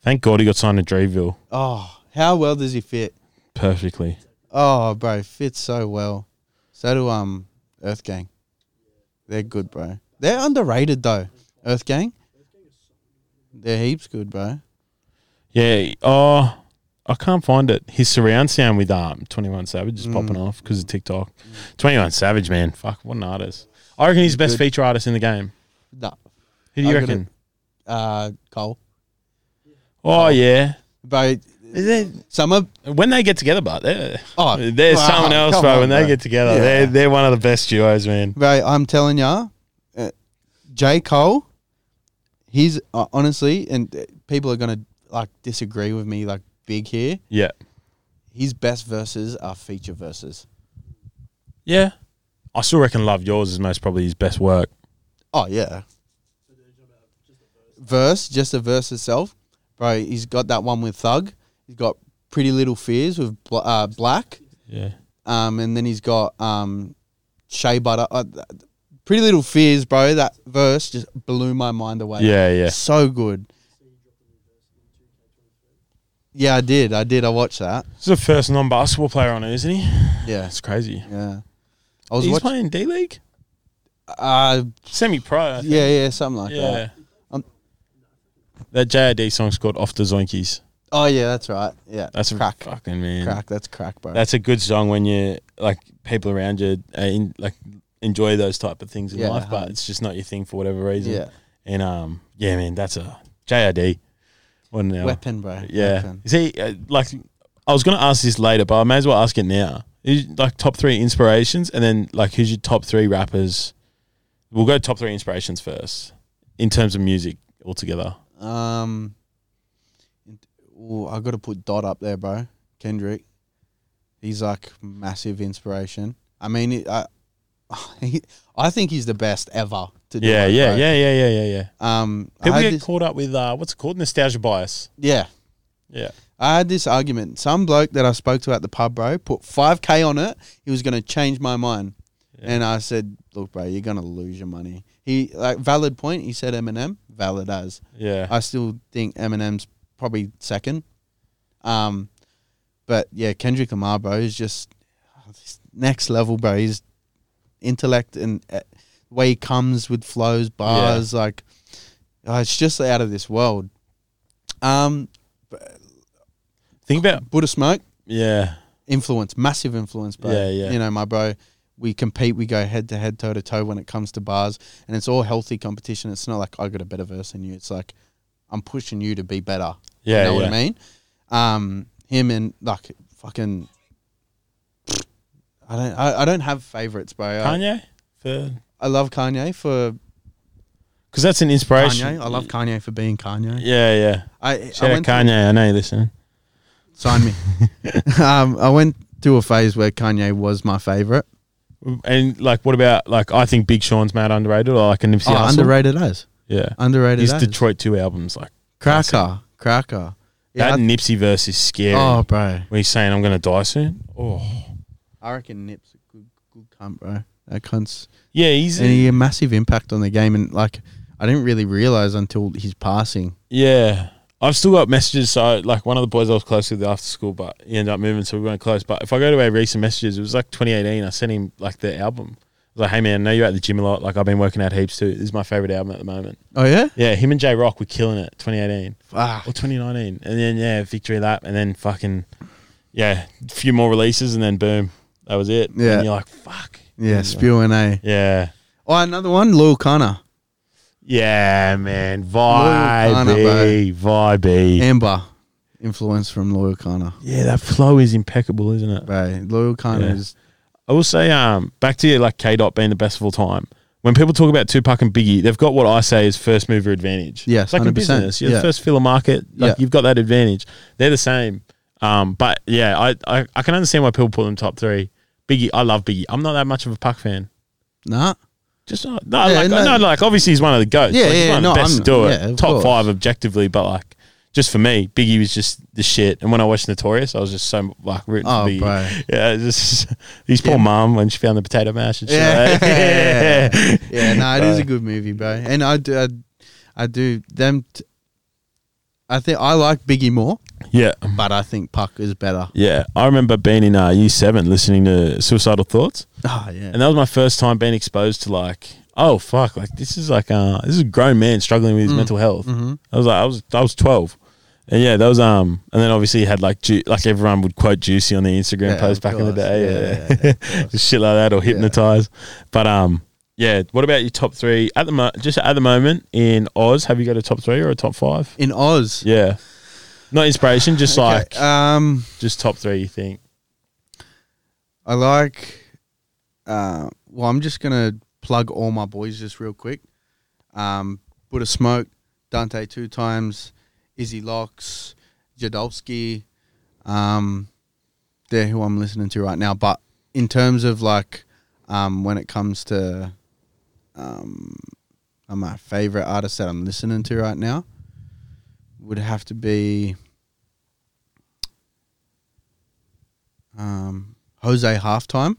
Speaker 1: Thank God he got signed to Dreamville
Speaker 2: Oh, how well does he fit?
Speaker 1: perfectly.
Speaker 2: Oh, bro, fits so well. So do um Earth Gang. They're good, bro. They're underrated though. Earth Gang. They're heaps good, bro.
Speaker 1: Yeah. Oh, I can't find it. His surround sound with um, 21 Savage is popping
Speaker 2: Mm.
Speaker 1: off because of TikTok. 21 Savage, man. Fuck, what an artist. I reckon he's the best
Speaker 2: Good.
Speaker 1: feature artist in the game.
Speaker 2: No,
Speaker 1: Who do you
Speaker 2: I gotta-
Speaker 1: reckon?
Speaker 2: uh, Cole,
Speaker 1: Oh, yeah.
Speaker 2: bro.
Speaker 1: Is it,
Speaker 2: Some of
Speaker 1: when they get together, but they're,
Speaker 2: Oh,
Speaker 1: they're
Speaker 2: wow,
Speaker 1: someone else,
Speaker 2: come
Speaker 1: bro.
Speaker 2: on,
Speaker 1: when they
Speaker 2: bro.
Speaker 1: get together,
Speaker 2: Yeah.
Speaker 1: they're, they're one of the best duos, man.
Speaker 2: Bro, I'm telling ya, uh, J. Cole he's uh, honestly, and uh, people are gonna like disagree with me like big here.
Speaker 1: Yeah.
Speaker 2: His best verses are feature verses.
Speaker 1: Yeah. I still reckon Love Yours is most probably his best work.
Speaker 2: Oh yeah. Verse, just a verse itself, bro. He's got that one with Thug. He's got Pretty Little Fears with Bla- uh, Black.
Speaker 1: Yeah.
Speaker 2: Um, and then he's got um, Shea Butter. Uh, th- Pretty Little Fears, bro. That verse just blew my mind away.
Speaker 1: Yeah, yeah.
Speaker 2: So good. Yeah, I did. I did. I watched that.
Speaker 1: He's the first non basketball player on it, isn't he?
Speaker 2: Yeah.
Speaker 1: That's crazy.
Speaker 2: Yeah. I was
Speaker 1: He's
Speaker 2: watching.
Speaker 1: playing D League?
Speaker 2: Uh,
Speaker 1: Semi pro.
Speaker 2: yeah, yeah, something like
Speaker 1: Yeah.
Speaker 2: that. Um,
Speaker 1: that JID song's called Off the Zonkies.
Speaker 2: Oh, yeah, that's right. Yeah.
Speaker 1: That's a
Speaker 2: crack.
Speaker 1: fucking man.
Speaker 2: Crack. That's crack, bro.
Speaker 1: That's a good song when you like people around you uh, in, like enjoy those type of things in
Speaker 2: Yeah,
Speaker 1: life, but
Speaker 2: huh.
Speaker 1: it's just not your thing for whatever reason.
Speaker 2: yeah.
Speaker 1: And um, yeah, man, that's a JID. What an hour.
Speaker 2: Weapon, bro.
Speaker 1: Yeah.
Speaker 2: Weapon.
Speaker 1: Is he uh, like? I was going to ask this later, but I may as well ask it now. Is, like top three inspirations, and then like who's your top three rappers? We'll go top three inspirations first in terms of music altogether.
Speaker 2: Um, ooh, I got to put Dot up there, bro. Kendrick, he's like massive inspiration. I mean, it- I, he, I think he's the best ever to do.
Speaker 1: Yeah,
Speaker 2: it,
Speaker 1: yeah,
Speaker 2: bro.
Speaker 1: yeah, yeah, yeah, yeah, yeah.
Speaker 2: Um, I
Speaker 1: People
Speaker 2: had
Speaker 1: get
Speaker 2: this-
Speaker 1: caught up with uh, what's it called nostalgia bias.
Speaker 2: yeah,
Speaker 1: Yeah,
Speaker 2: I had this argument. Some bloke that I spoke to at the pub, bro, put five k on it. He was gonna change my mind,
Speaker 1: Yeah.
Speaker 2: and I said, "Look, bro, you're gonna lose your money." He like valid point. He said Eminem, valid as.
Speaker 1: yeah.
Speaker 2: I still think Eminem's probably second. Um, but yeah, Kendrick Lamar, bro, is just oh, this next level, bro. His intellect and uh, the way he comes with flows, bars, like uh, it's just out of this world. Um,
Speaker 1: Think about
Speaker 2: Buddha Smoke,
Speaker 1: yeah,
Speaker 2: influence, massive influence, bro.
Speaker 1: Yeah, yeah.
Speaker 2: You know, my bro, we compete, we go head to head, toe to toe when it comes to bars, and it's all healthy competition. It's not like I got a better verse than you. It's like I'm pushing you to be better.
Speaker 1: yeah,
Speaker 2: you know
Speaker 1: yeah.
Speaker 2: what I mean? Um, him and like fucking. I don't. I, I don't have favorites, bro. I,
Speaker 1: Kanye for
Speaker 2: I love Kanye for
Speaker 1: because that's an inspiration.
Speaker 2: Kanye. I love Kanye for being Kanye.
Speaker 1: Yeah, yeah.
Speaker 2: I,
Speaker 1: Shout
Speaker 2: I
Speaker 1: out
Speaker 2: went
Speaker 1: Kanye. I know you listen.
Speaker 2: sign me. um, I went through a phase where Kanye was my favorite.
Speaker 1: And like, what about like? I think Big Sean's mad underrated, or like a Nipsey
Speaker 2: Oh,
Speaker 1: Hussle.
Speaker 2: underrated as
Speaker 1: Yeah,
Speaker 2: underrated
Speaker 1: his
Speaker 2: as
Speaker 1: Detroit Two albums, like
Speaker 2: cracker, cracker. Yeah,
Speaker 1: that Nipsey verse is
Speaker 2: I-
Speaker 1: scary.
Speaker 2: oh, bro.
Speaker 1: When he's saying I'm gonna die soon. Oh,
Speaker 2: I reckon Nip's a good, good cunt, bro. That cunt's
Speaker 1: yeah, he's
Speaker 2: and he had a massive impact on the game, and like I didn't really realize until his passing.
Speaker 1: yeah. I've still got messages. So like one of the boys I was close with after school, but he ended up moving, so we weren't close. But if I go to our recent messages, it was like 2018. I sent him like the album. I was like, hey man, I know you're at the gym a lot. Like I've been working out heaps too. This is my favorite album at the moment.
Speaker 2: Oh yeah,
Speaker 1: Yeah, him and J Rock were killing it. 2018.
Speaker 2: fuck.
Speaker 1: or 2019 and then yeah victory lap and then fucking yeah a few more releases and then boom that was it
Speaker 2: Yeah.
Speaker 1: and you're like fuck
Speaker 2: Yeah,
Speaker 1: And you're like,
Speaker 2: spewing a.
Speaker 1: yeah
Speaker 2: Oh, another one, Lil Connor,
Speaker 1: yeah man
Speaker 2: Lil eh?
Speaker 1: vibe vibe
Speaker 2: Amber, influence from Lil Connor,
Speaker 1: yeah that flow is impeccable isn't it
Speaker 2: bro. Lil Connor
Speaker 1: Yeah.
Speaker 2: is
Speaker 1: I will say um back to like K dot being the best of all time when people talk about Tupac and Biggie, they've got what I say is first mover advantage.
Speaker 2: Yes,
Speaker 1: it's like in
Speaker 2: 100%,
Speaker 1: business, you're the
Speaker 2: yeah.
Speaker 1: first filler market. Like
Speaker 2: Yeah.
Speaker 1: you've got that advantage. They're the same. Um, but yeah, I, I I can understand why people put them top three. Biggie, I love Biggie. I'm not that much of a Puck fan.
Speaker 2: nah.
Speaker 1: Just not, no,
Speaker 2: Yeah,
Speaker 1: like,
Speaker 2: no.
Speaker 1: no, like obviously he's one of the goats.
Speaker 2: Yeah,
Speaker 1: Like, he's
Speaker 2: yeah,
Speaker 1: one of the
Speaker 2: no,
Speaker 1: best
Speaker 2: I'm-
Speaker 1: to do it.
Speaker 2: yeah, of
Speaker 1: top
Speaker 2: course.
Speaker 1: five objectively, but like just for me, Biggie was just the shit. And when I watched Notorious, I was just so like rooting
Speaker 2: Oh,
Speaker 1: for Biggie.
Speaker 2: bro.
Speaker 1: Yeah, just his poor mum when she found the potato mash and shit.
Speaker 2: Yeah.
Speaker 1: Yeah, yeah.
Speaker 2: Yeah, nah, it is a
Speaker 1: Bro.
Speaker 2: good movie, bro. And I do, I, I do them. T- I think I like Biggie more,
Speaker 1: yeah,
Speaker 2: but I think Puck is better.
Speaker 1: I remember being in uh, year seven listening to Suicidal Thoughts,
Speaker 2: Oh yeah,
Speaker 1: and that was my first time being exposed to like, oh fuck, like this is like uh, this is a grown man struggling with his mental health.
Speaker 2: mm-hmm.
Speaker 1: I was like, I was I was twelve, and yeah, that was um, and then obviously you had like Ju- like everyone would quote Juicy on the Instagram
Speaker 2: Yeah,
Speaker 1: post
Speaker 2: of
Speaker 1: back in the
Speaker 2: course.
Speaker 1: day,
Speaker 2: Yeah,
Speaker 1: yeah,
Speaker 2: yeah, yeah, of course.
Speaker 1: shit like that or hypnotize, but um, yeah. What about your top three at the mo- just at the moment in Oz? Have you got a top three or a top five?
Speaker 2: in Oz.
Speaker 1: Yeah, not inspiration, just
Speaker 2: Okay,
Speaker 1: like
Speaker 2: um,
Speaker 1: just top three. You think?
Speaker 2: I like. Uh, well, I'm just gonna plug all my boys just real quick. Um, Buddha Smoke, Dante two times, Izzy Locks, Jadolski. Um, they're who I'm listening to right now. But in terms of like um, when it comes to um, uh, my favorite artist that I'm listening to right now would have to be um, Jose Halftime.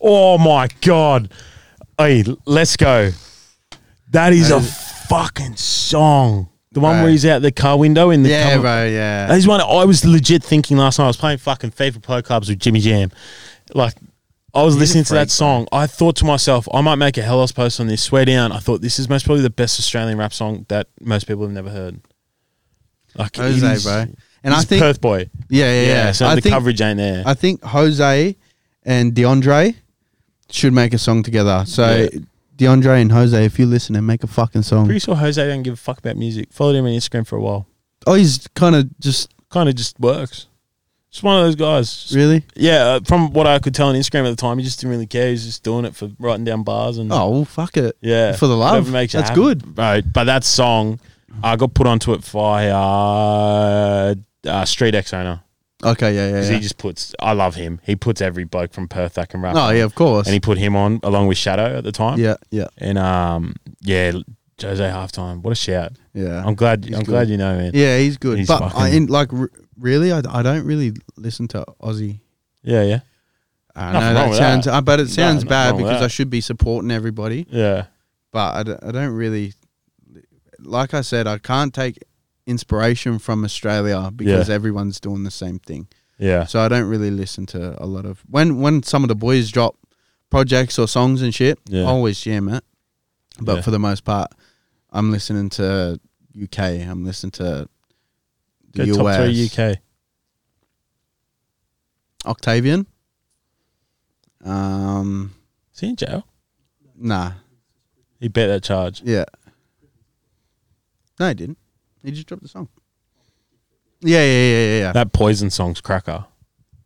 Speaker 1: Oh my god. Hey, let's go. That is a fucking song. The one where
Speaker 2: Right.
Speaker 1: he's out the car window in the
Speaker 2: yeah,
Speaker 1: cover-
Speaker 2: bro. Yeah.
Speaker 1: That is one I was legit thinking last night. I was playing fucking FIFA Pro Clubs with Jimmy Jam. Like, I was
Speaker 2: a
Speaker 1: listening to
Speaker 2: freak,
Speaker 1: that song. I thought to myself, I might make a Hellas post on this. Swear down. I thought this is most probably the best Australian rap song that most people have never heard. Like, it
Speaker 2: Jose,
Speaker 1: is-
Speaker 2: bro. And I
Speaker 1: he's
Speaker 2: think,
Speaker 1: Perth boy.
Speaker 2: yeah, yeah,
Speaker 1: Yeah.
Speaker 2: yeah.
Speaker 1: so
Speaker 2: I
Speaker 1: the
Speaker 2: think,
Speaker 1: coverage ain't there.
Speaker 2: I think Jose and DeAndre should make a song together. So
Speaker 1: Yeah.
Speaker 2: DeAndre and Jose, if you listen and make a fucking song.
Speaker 1: Pretty sure Jose don't give a fuck about music. Followed him on Instagram for a while.
Speaker 2: oh, he's kind of just
Speaker 1: Kind of just works. Just one of those guys. Just-
Speaker 2: really.
Speaker 1: Yeah, uh, from what I could tell on Instagram at the time, he just didn't really care. He was just doing it for writing down bars and
Speaker 2: Oh, well, fuck it.
Speaker 1: Yeah.
Speaker 2: For the love.
Speaker 1: Whatever makes you
Speaker 2: That's
Speaker 1: happy.
Speaker 2: good.
Speaker 1: Right. But that song, I got put onto it by uh, uh, Street X owner.
Speaker 2: Okay, yeah, yeah.
Speaker 1: 'Cause
Speaker 2: yeah.
Speaker 1: He just puts, I love him. He puts every bloke from Perth that can rap.
Speaker 2: Oh, yeah, of course.
Speaker 1: And he put him on along with Shadow at the time.
Speaker 2: yeah, yeah,
Speaker 1: And um, yeah, Jose halftime. What a shout.
Speaker 2: yeah.
Speaker 1: I'm glad,
Speaker 2: He's
Speaker 1: I'm
Speaker 2: good.
Speaker 1: glad you know, man.
Speaker 2: yeah, he's good.
Speaker 1: He's
Speaker 2: but
Speaker 1: fucking-
Speaker 2: I in, like r- really, I, I don't really listen to Aussie.
Speaker 1: Yeah, yeah. Nothing
Speaker 2: I know
Speaker 1: wrong
Speaker 2: that
Speaker 1: with
Speaker 2: sounds,
Speaker 1: that.
Speaker 2: uh, but it
Speaker 1: No,
Speaker 2: sounds
Speaker 1: nothing
Speaker 2: bad
Speaker 1: wrong with
Speaker 2: because
Speaker 1: that.
Speaker 2: I should be supporting everybody.
Speaker 1: Yeah.
Speaker 2: But I, d- I don't really, like I said, I can't take inspiration from Australia because everyone's doing the same thing.
Speaker 1: Yeah.
Speaker 2: So I don't really listen to a lot of when when some of the boys drop projects or songs and shit.
Speaker 1: Yeah.
Speaker 2: I always jam it, but
Speaker 1: Yeah.
Speaker 2: for the most part, I'm listening to UK. I'm listening to
Speaker 1: Go
Speaker 2: the
Speaker 1: top
Speaker 2: US.
Speaker 1: three UK.
Speaker 2: Octavian. Um,
Speaker 1: Is he in jail?
Speaker 2: nah,
Speaker 1: He bet that charge.
Speaker 2: yeah. No, he didn't. He just dropped the song. Yeah, yeah, yeah, yeah, yeah.
Speaker 1: That Poison song's cracker. I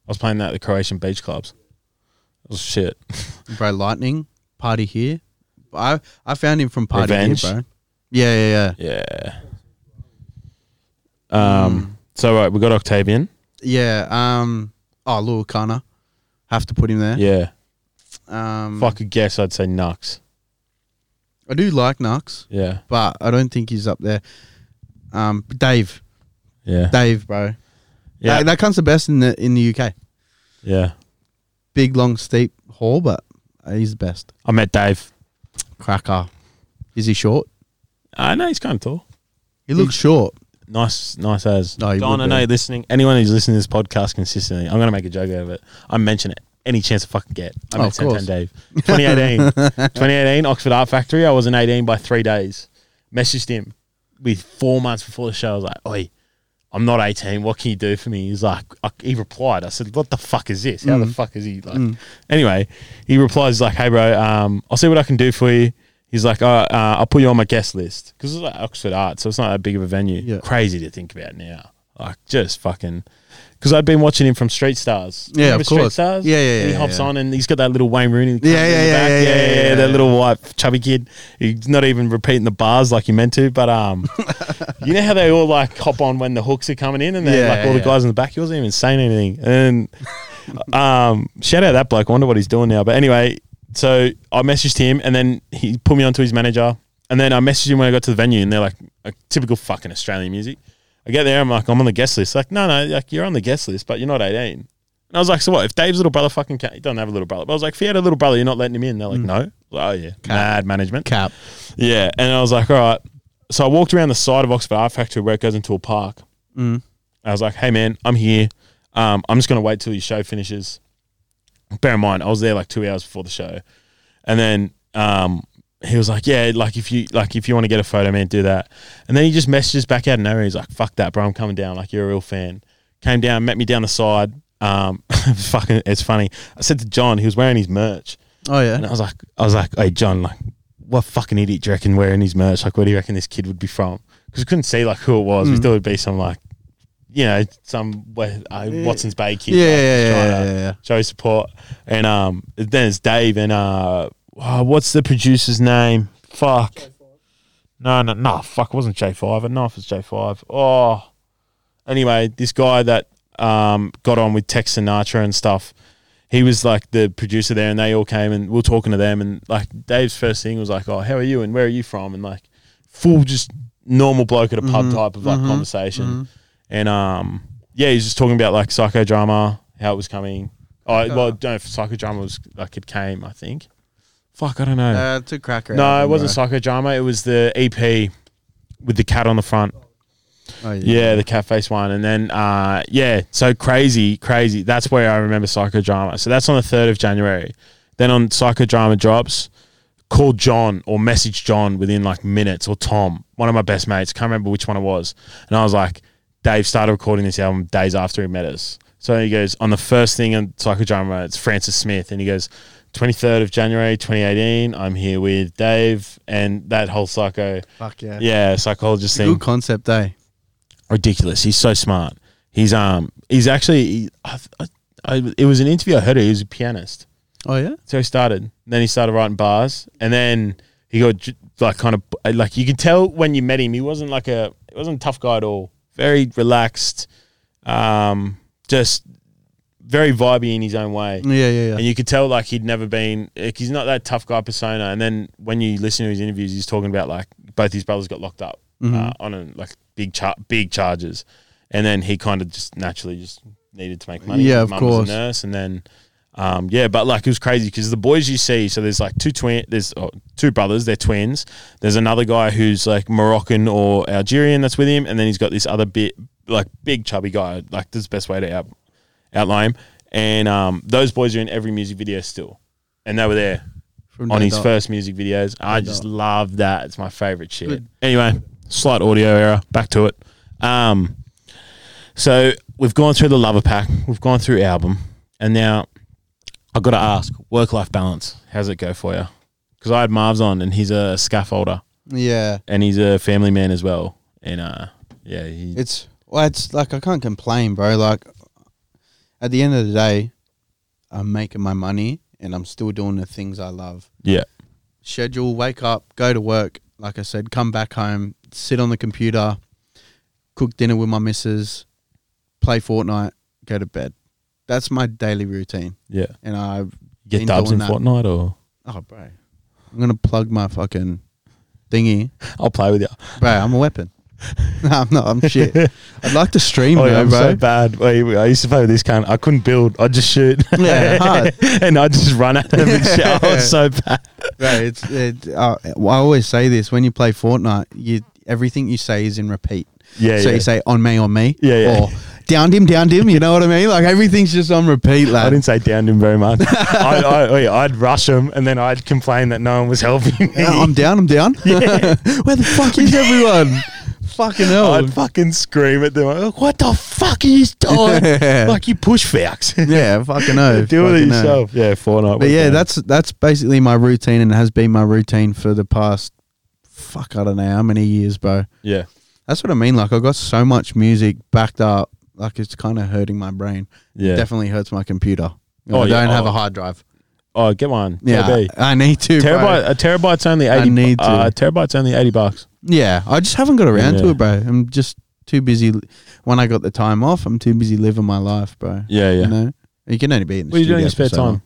Speaker 1: was playing that at the Croatian beach clubs. It was shit.
Speaker 2: bro. Lightning party here. I I found him from party
Speaker 1: Revenge?
Speaker 2: here, bro. Yeah, yeah, yeah.
Speaker 1: Yeah.
Speaker 2: Mm.
Speaker 1: Um. So right, we got Octavian.
Speaker 2: Yeah. Um. Oh, Lil Kana. Have to put him there.
Speaker 1: Yeah.
Speaker 2: Um.
Speaker 1: If I could guess, I'd say Nux.
Speaker 2: I do like Knox,
Speaker 1: Yeah.
Speaker 2: but I don't think he's up there. Um. Dave.
Speaker 1: Yeah.
Speaker 2: Dave, bro.
Speaker 1: Yeah.
Speaker 2: That, that comes the best in the in the UK.
Speaker 1: yeah.
Speaker 2: Big, long, steep haul, but he's the best.
Speaker 1: I met Dave.
Speaker 2: Cracker. Is he short?
Speaker 1: I know he's kind of tall.
Speaker 2: He looks short.
Speaker 1: Nice, nice as.
Speaker 2: No, he
Speaker 1: Don,
Speaker 2: would
Speaker 1: I know
Speaker 2: be.
Speaker 1: you're listening. Anyone who's listening to this podcast consistently, I'm going to make a joke out of it. I mention it any chance I fucking get. I
Speaker 2: Oh,
Speaker 1: met
Speaker 2: of course.
Speaker 1: Santan Dave. 2018. 2018, Oxford Art Factory. I wasn't 18 by three days. Messaged him with four months before the show. I was like, oi, I'm not 18. What can you do for me? He's like, I, he replied. I said, what the fuck is this? How
Speaker 2: Mm.
Speaker 1: the fuck is he like? Anyway, he replies like, hey bro, um, I'll see what I can do for you. He's like, oh, uh, I'll put you on my guest list because it's like Oxford Art, so it's not that big of a venue.
Speaker 2: Yeah.
Speaker 1: Crazy to think about now, like just fucking. Because I'd been watching him from Street Stars.
Speaker 2: Yeah,
Speaker 1: Remember
Speaker 2: of course.
Speaker 1: Street Stars.
Speaker 2: Yeah, yeah,
Speaker 1: And He
Speaker 2: yeah,
Speaker 1: hops
Speaker 2: yeah.
Speaker 1: on and he's got that little Wayne Rooney.
Speaker 2: Yeah,
Speaker 1: comes in
Speaker 2: yeah,
Speaker 1: the
Speaker 2: yeah,
Speaker 1: back.
Speaker 2: yeah, yeah, yeah, yeah.
Speaker 1: That little white chubby kid. He's not even repeating the bars like he meant to, but um, you know how they all like hop on when the hooks are coming in, and then
Speaker 2: Yeah,
Speaker 1: like all the
Speaker 2: yeah.
Speaker 1: guys in the back, he wasn't even saying anything. And um, shout out that bloke. I wonder what he's doing now. But anyway, so I messaged him, and then he put me onto his manager, and then I messaged him when I got to the venue, and they're like, like typical fucking Australian music. I get there, I'm like, I'm on the guest list. Like, no, no, like you're on the guest list, but you're not 18. And I was like, so what? If Dave's little brother fucking can't, he doesn't have a little brother. But I was like, if he had a little brother, you're not letting him in. They're like, no. Oh yeah, mad management.
Speaker 2: Cap.
Speaker 1: Yeah, and I was like, all right. So I walked around the side of Oxford Art Factory where it goes into a park.
Speaker 2: Mm.
Speaker 1: I was like, hey man, I'm here. Um, I'm just gonna wait till your show finishes. Bear in mind, I was there like two hours before the show, and then um, he was like, yeah, like if you like if you want to get a photo, man, do that. And then he just messages back out of nowhere. He's like, fuck that, bro, I'm coming down. Like you're a real fan. Came down, met me down the side. Um, fucking, it's funny. I said to John, he was wearing his merch.
Speaker 2: Oh
Speaker 1: And
Speaker 2: yeah.
Speaker 1: I was like, I was like, hey John, like, what fucking idiot do you reckon wearing his merch? Like, where do you reckon this kid would be from? Because we couldn't see like who it was.
Speaker 2: Hmm.
Speaker 1: We thought it'd be some like, you know, some where, uh, Watson's Bay kid.
Speaker 2: Yeah,
Speaker 1: like,
Speaker 2: yeah,
Speaker 1: just
Speaker 2: yeah,
Speaker 1: trying to
Speaker 2: yeah, yeah.
Speaker 1: Show support, and um, then it's Dave and uh, oh, what's the producer's name? Fuck, No, no, no. Fuck, it wasn't J five. I don't know if it's J five. Oh, anyway, this guy that um, got on with Tex Sinatra and stuff, he was like the producer there, and they all came and we were talking to them, and like Dave's first thing was like, "Oh, how are you? And where are you from?" And like, full just normal bloke at a pub type of like conversation, and um, yeah, he's just talking about like psychodrama, how it was coming. Oh, well, I don't know if psychodrama was like it came, I think. Fuck, I don't know.
Speaker 2: Uh, it's a cracker.
Speaker 1: No, it wasn't psychodrama. It was the EP with the cat on the front.
Speaker 2: Oh, yeah.
Speaker 1: Yeah, the cat face one, and then uh, yeah, so crazy, crazy. That's where I remember psychodrama. So that's on the third of January. Then on psychodrama drops, call John or message John within like minutes or Tom, one of my best mates. Can't remember which one it was, and I was like, Dave started recording this album days after he met us. So he goes on the first thing on psychodrama. It's Francis Smith, and he goes. 23rd of January 2018, I'm here with Dave and that whole psycho,
Speaker 3: Fuck yeah.
Speaker 1: yeah, psychologist thing
Speaker 2: Good concept, eh?
Speaker 1: ridiculous. He's so smart. He's um he's actually he, I, I, I, it was an interview I heard of. He was a pianist.
Speaker 2: Oh yeah.
Speaker 1: So he started. Then he started writing bars, and then he got j- like kind of like you can tell when you met him, he wasn't like a he wasn't a tough guy at all. Very relaxed, um, just very vibey in his own way.
Speaker 2: Yeah, yeah,
Speaker 1: And you could tell like he'd never been like he's not that tough guy persona. And then when you listen to his interviews, he's talking about like both his brothers got locked up
Speaker 2: Mm-hmm.
Speaker 1: uh, on a, like big char- big charges, and then he kind of just naturally just needed to make money. His
Speaker 2: Yeah, of
Speaker 1: mum was
Speaker 2: course.
Speaker 1: a nurse, and then. Um, yeah, but like it was crazy because the boys you see, so there's like two twin, there's oh, two brothers, they're twins. There's another guy who's like Moroccan or Algerian that's with him, and then he's got this other bit like big chubby guy. Like this is the best way to out, outline him. And um, those boys are in every music video still, and they were there
Speaker 2: From
Speaker 1: on
Speaker 2: Dead
Speaker 1: his
Speaker 2: Dot.
Speaker 1: first music videos. I just love that. It's my favorite shit. Anyway, slight audio error. Back to it. Um, so we've gone through the lover pack. We've gone through album, and now I've got to ask: work life balance. How's it go for you? Because I had Marv's on, and he's a scaffolder,
Speaker 2: Yeah.
Speaker 1: and he's a family man as well. And uh, yeah, he,
Speaker 2: It's well, it's like I can't complain, bro. Like at the end of the day, I'm making my money and I'm still doing the things I love.
Speaker 1: yeah,
Speaker 2: Schedule, wake up, go to work. Like I said, come back home, sit on the computer, cook dinner with my missus, play Fortnite, go to bed. That's my daily routine,
Speaker 1: yeah.
Speaker 2: and I've
Speaker 1: You get
Speaker 2: been
Speaker 1: dubs in
Speaker 2: doing that.
Speaker 1: Fortnite, or
Speaker 2: Oh, bro, I'm gonna plug my fucking thingy,
Speaker 1: I'll play with you.
Speaker 2: bro. I'm a weapon. no, I'm not. I'm shit. I'd like to stream,
Speaker 1: Oh, yeah,
Speaker 2: now,
Speaker 1: I'm
Speaker 2: bro.
Speaker 1: so bad. I I used to play with this kind. I couldn't build. I just shoot.
Speaker 2: Yeah, hard.
Speaker 1: and I just run at them and shit. I was so bad.
Speaker 2: Right, it's it, uh, well, I always say this when you play Fortnite, you everything you say is in repeat.
Speaker 1: Yeah,
Speaker 2: so
Speaker 1: yeah.
Speaker 2: you say on me, on me,
Speaker 1: Yeah, yeah.
Speaker 2: or downed him, downed him. You know what I mean? Like everything's just on repeat,
Speaker 1: I
Speaker 2: lad.
Speaker 1: didn't say downed him very much. I, I, oh, yeah, I'd rush him and then I'd complain that no one was helping me.
Speaker 2: Yeah, I'm down, I'm down. Where the fuck is everyone? Fucking hell!
Speaker 1: I'd fucking scream at them. Like, what the fuck are you doing?
Speaker 2: Yeah.
Speaker 1: Like you push fags.
Speaker 2: yeah, fucking hell.
Speaker 1: Deal with it
Speaker 2: fucking hell.
Speaker 1: yourself. Yeah, Fortnite.
Speaker 2: But yeah, that's that's basically my routine and has been my routine for the past fuck I don't know how many years, bro.
Speaker 1: yeah.
Speaker 2: That's what I mean. Like I got so much music backed up, like it's kind of hurting my brain.
Speaker 1: Yeah.
Speaker 2: definitely hurts my computer.
Speaker 1: Oh,
Speaker 2: I
Speaker 1: yeah.
Speaker 2: don't have
Speaker 1: Oh.
Speaker 2: a hard drive.
Speaker 1: Oh, get one.
Speaker 2: Yeah,
Speaker 1: KB.
Speaker 2: I, I need to. bro.
Speaker 1: Terabyte. A terabyte's only
Speaker 2: I
Speaker 1: eighty.
Speaker 2: need to.
Speaker 1: Uh, terabyte's only eighty bucks.
Speaker 2: Yeah, I just haven't got around to
Speaker 1: Yeah.
Speaker 2: it, bro. I'm just too busy. li- When I got the time off, I'm too busy living my life, bro.
Speaker 1: Yeah, yeah.
Speaker 2: You know, you can only be in. The
Speaker 1: What are you doing in your
Speaker 2: studio
Speaker 1: spare
Speaker 2: for so
Speaker 1: time?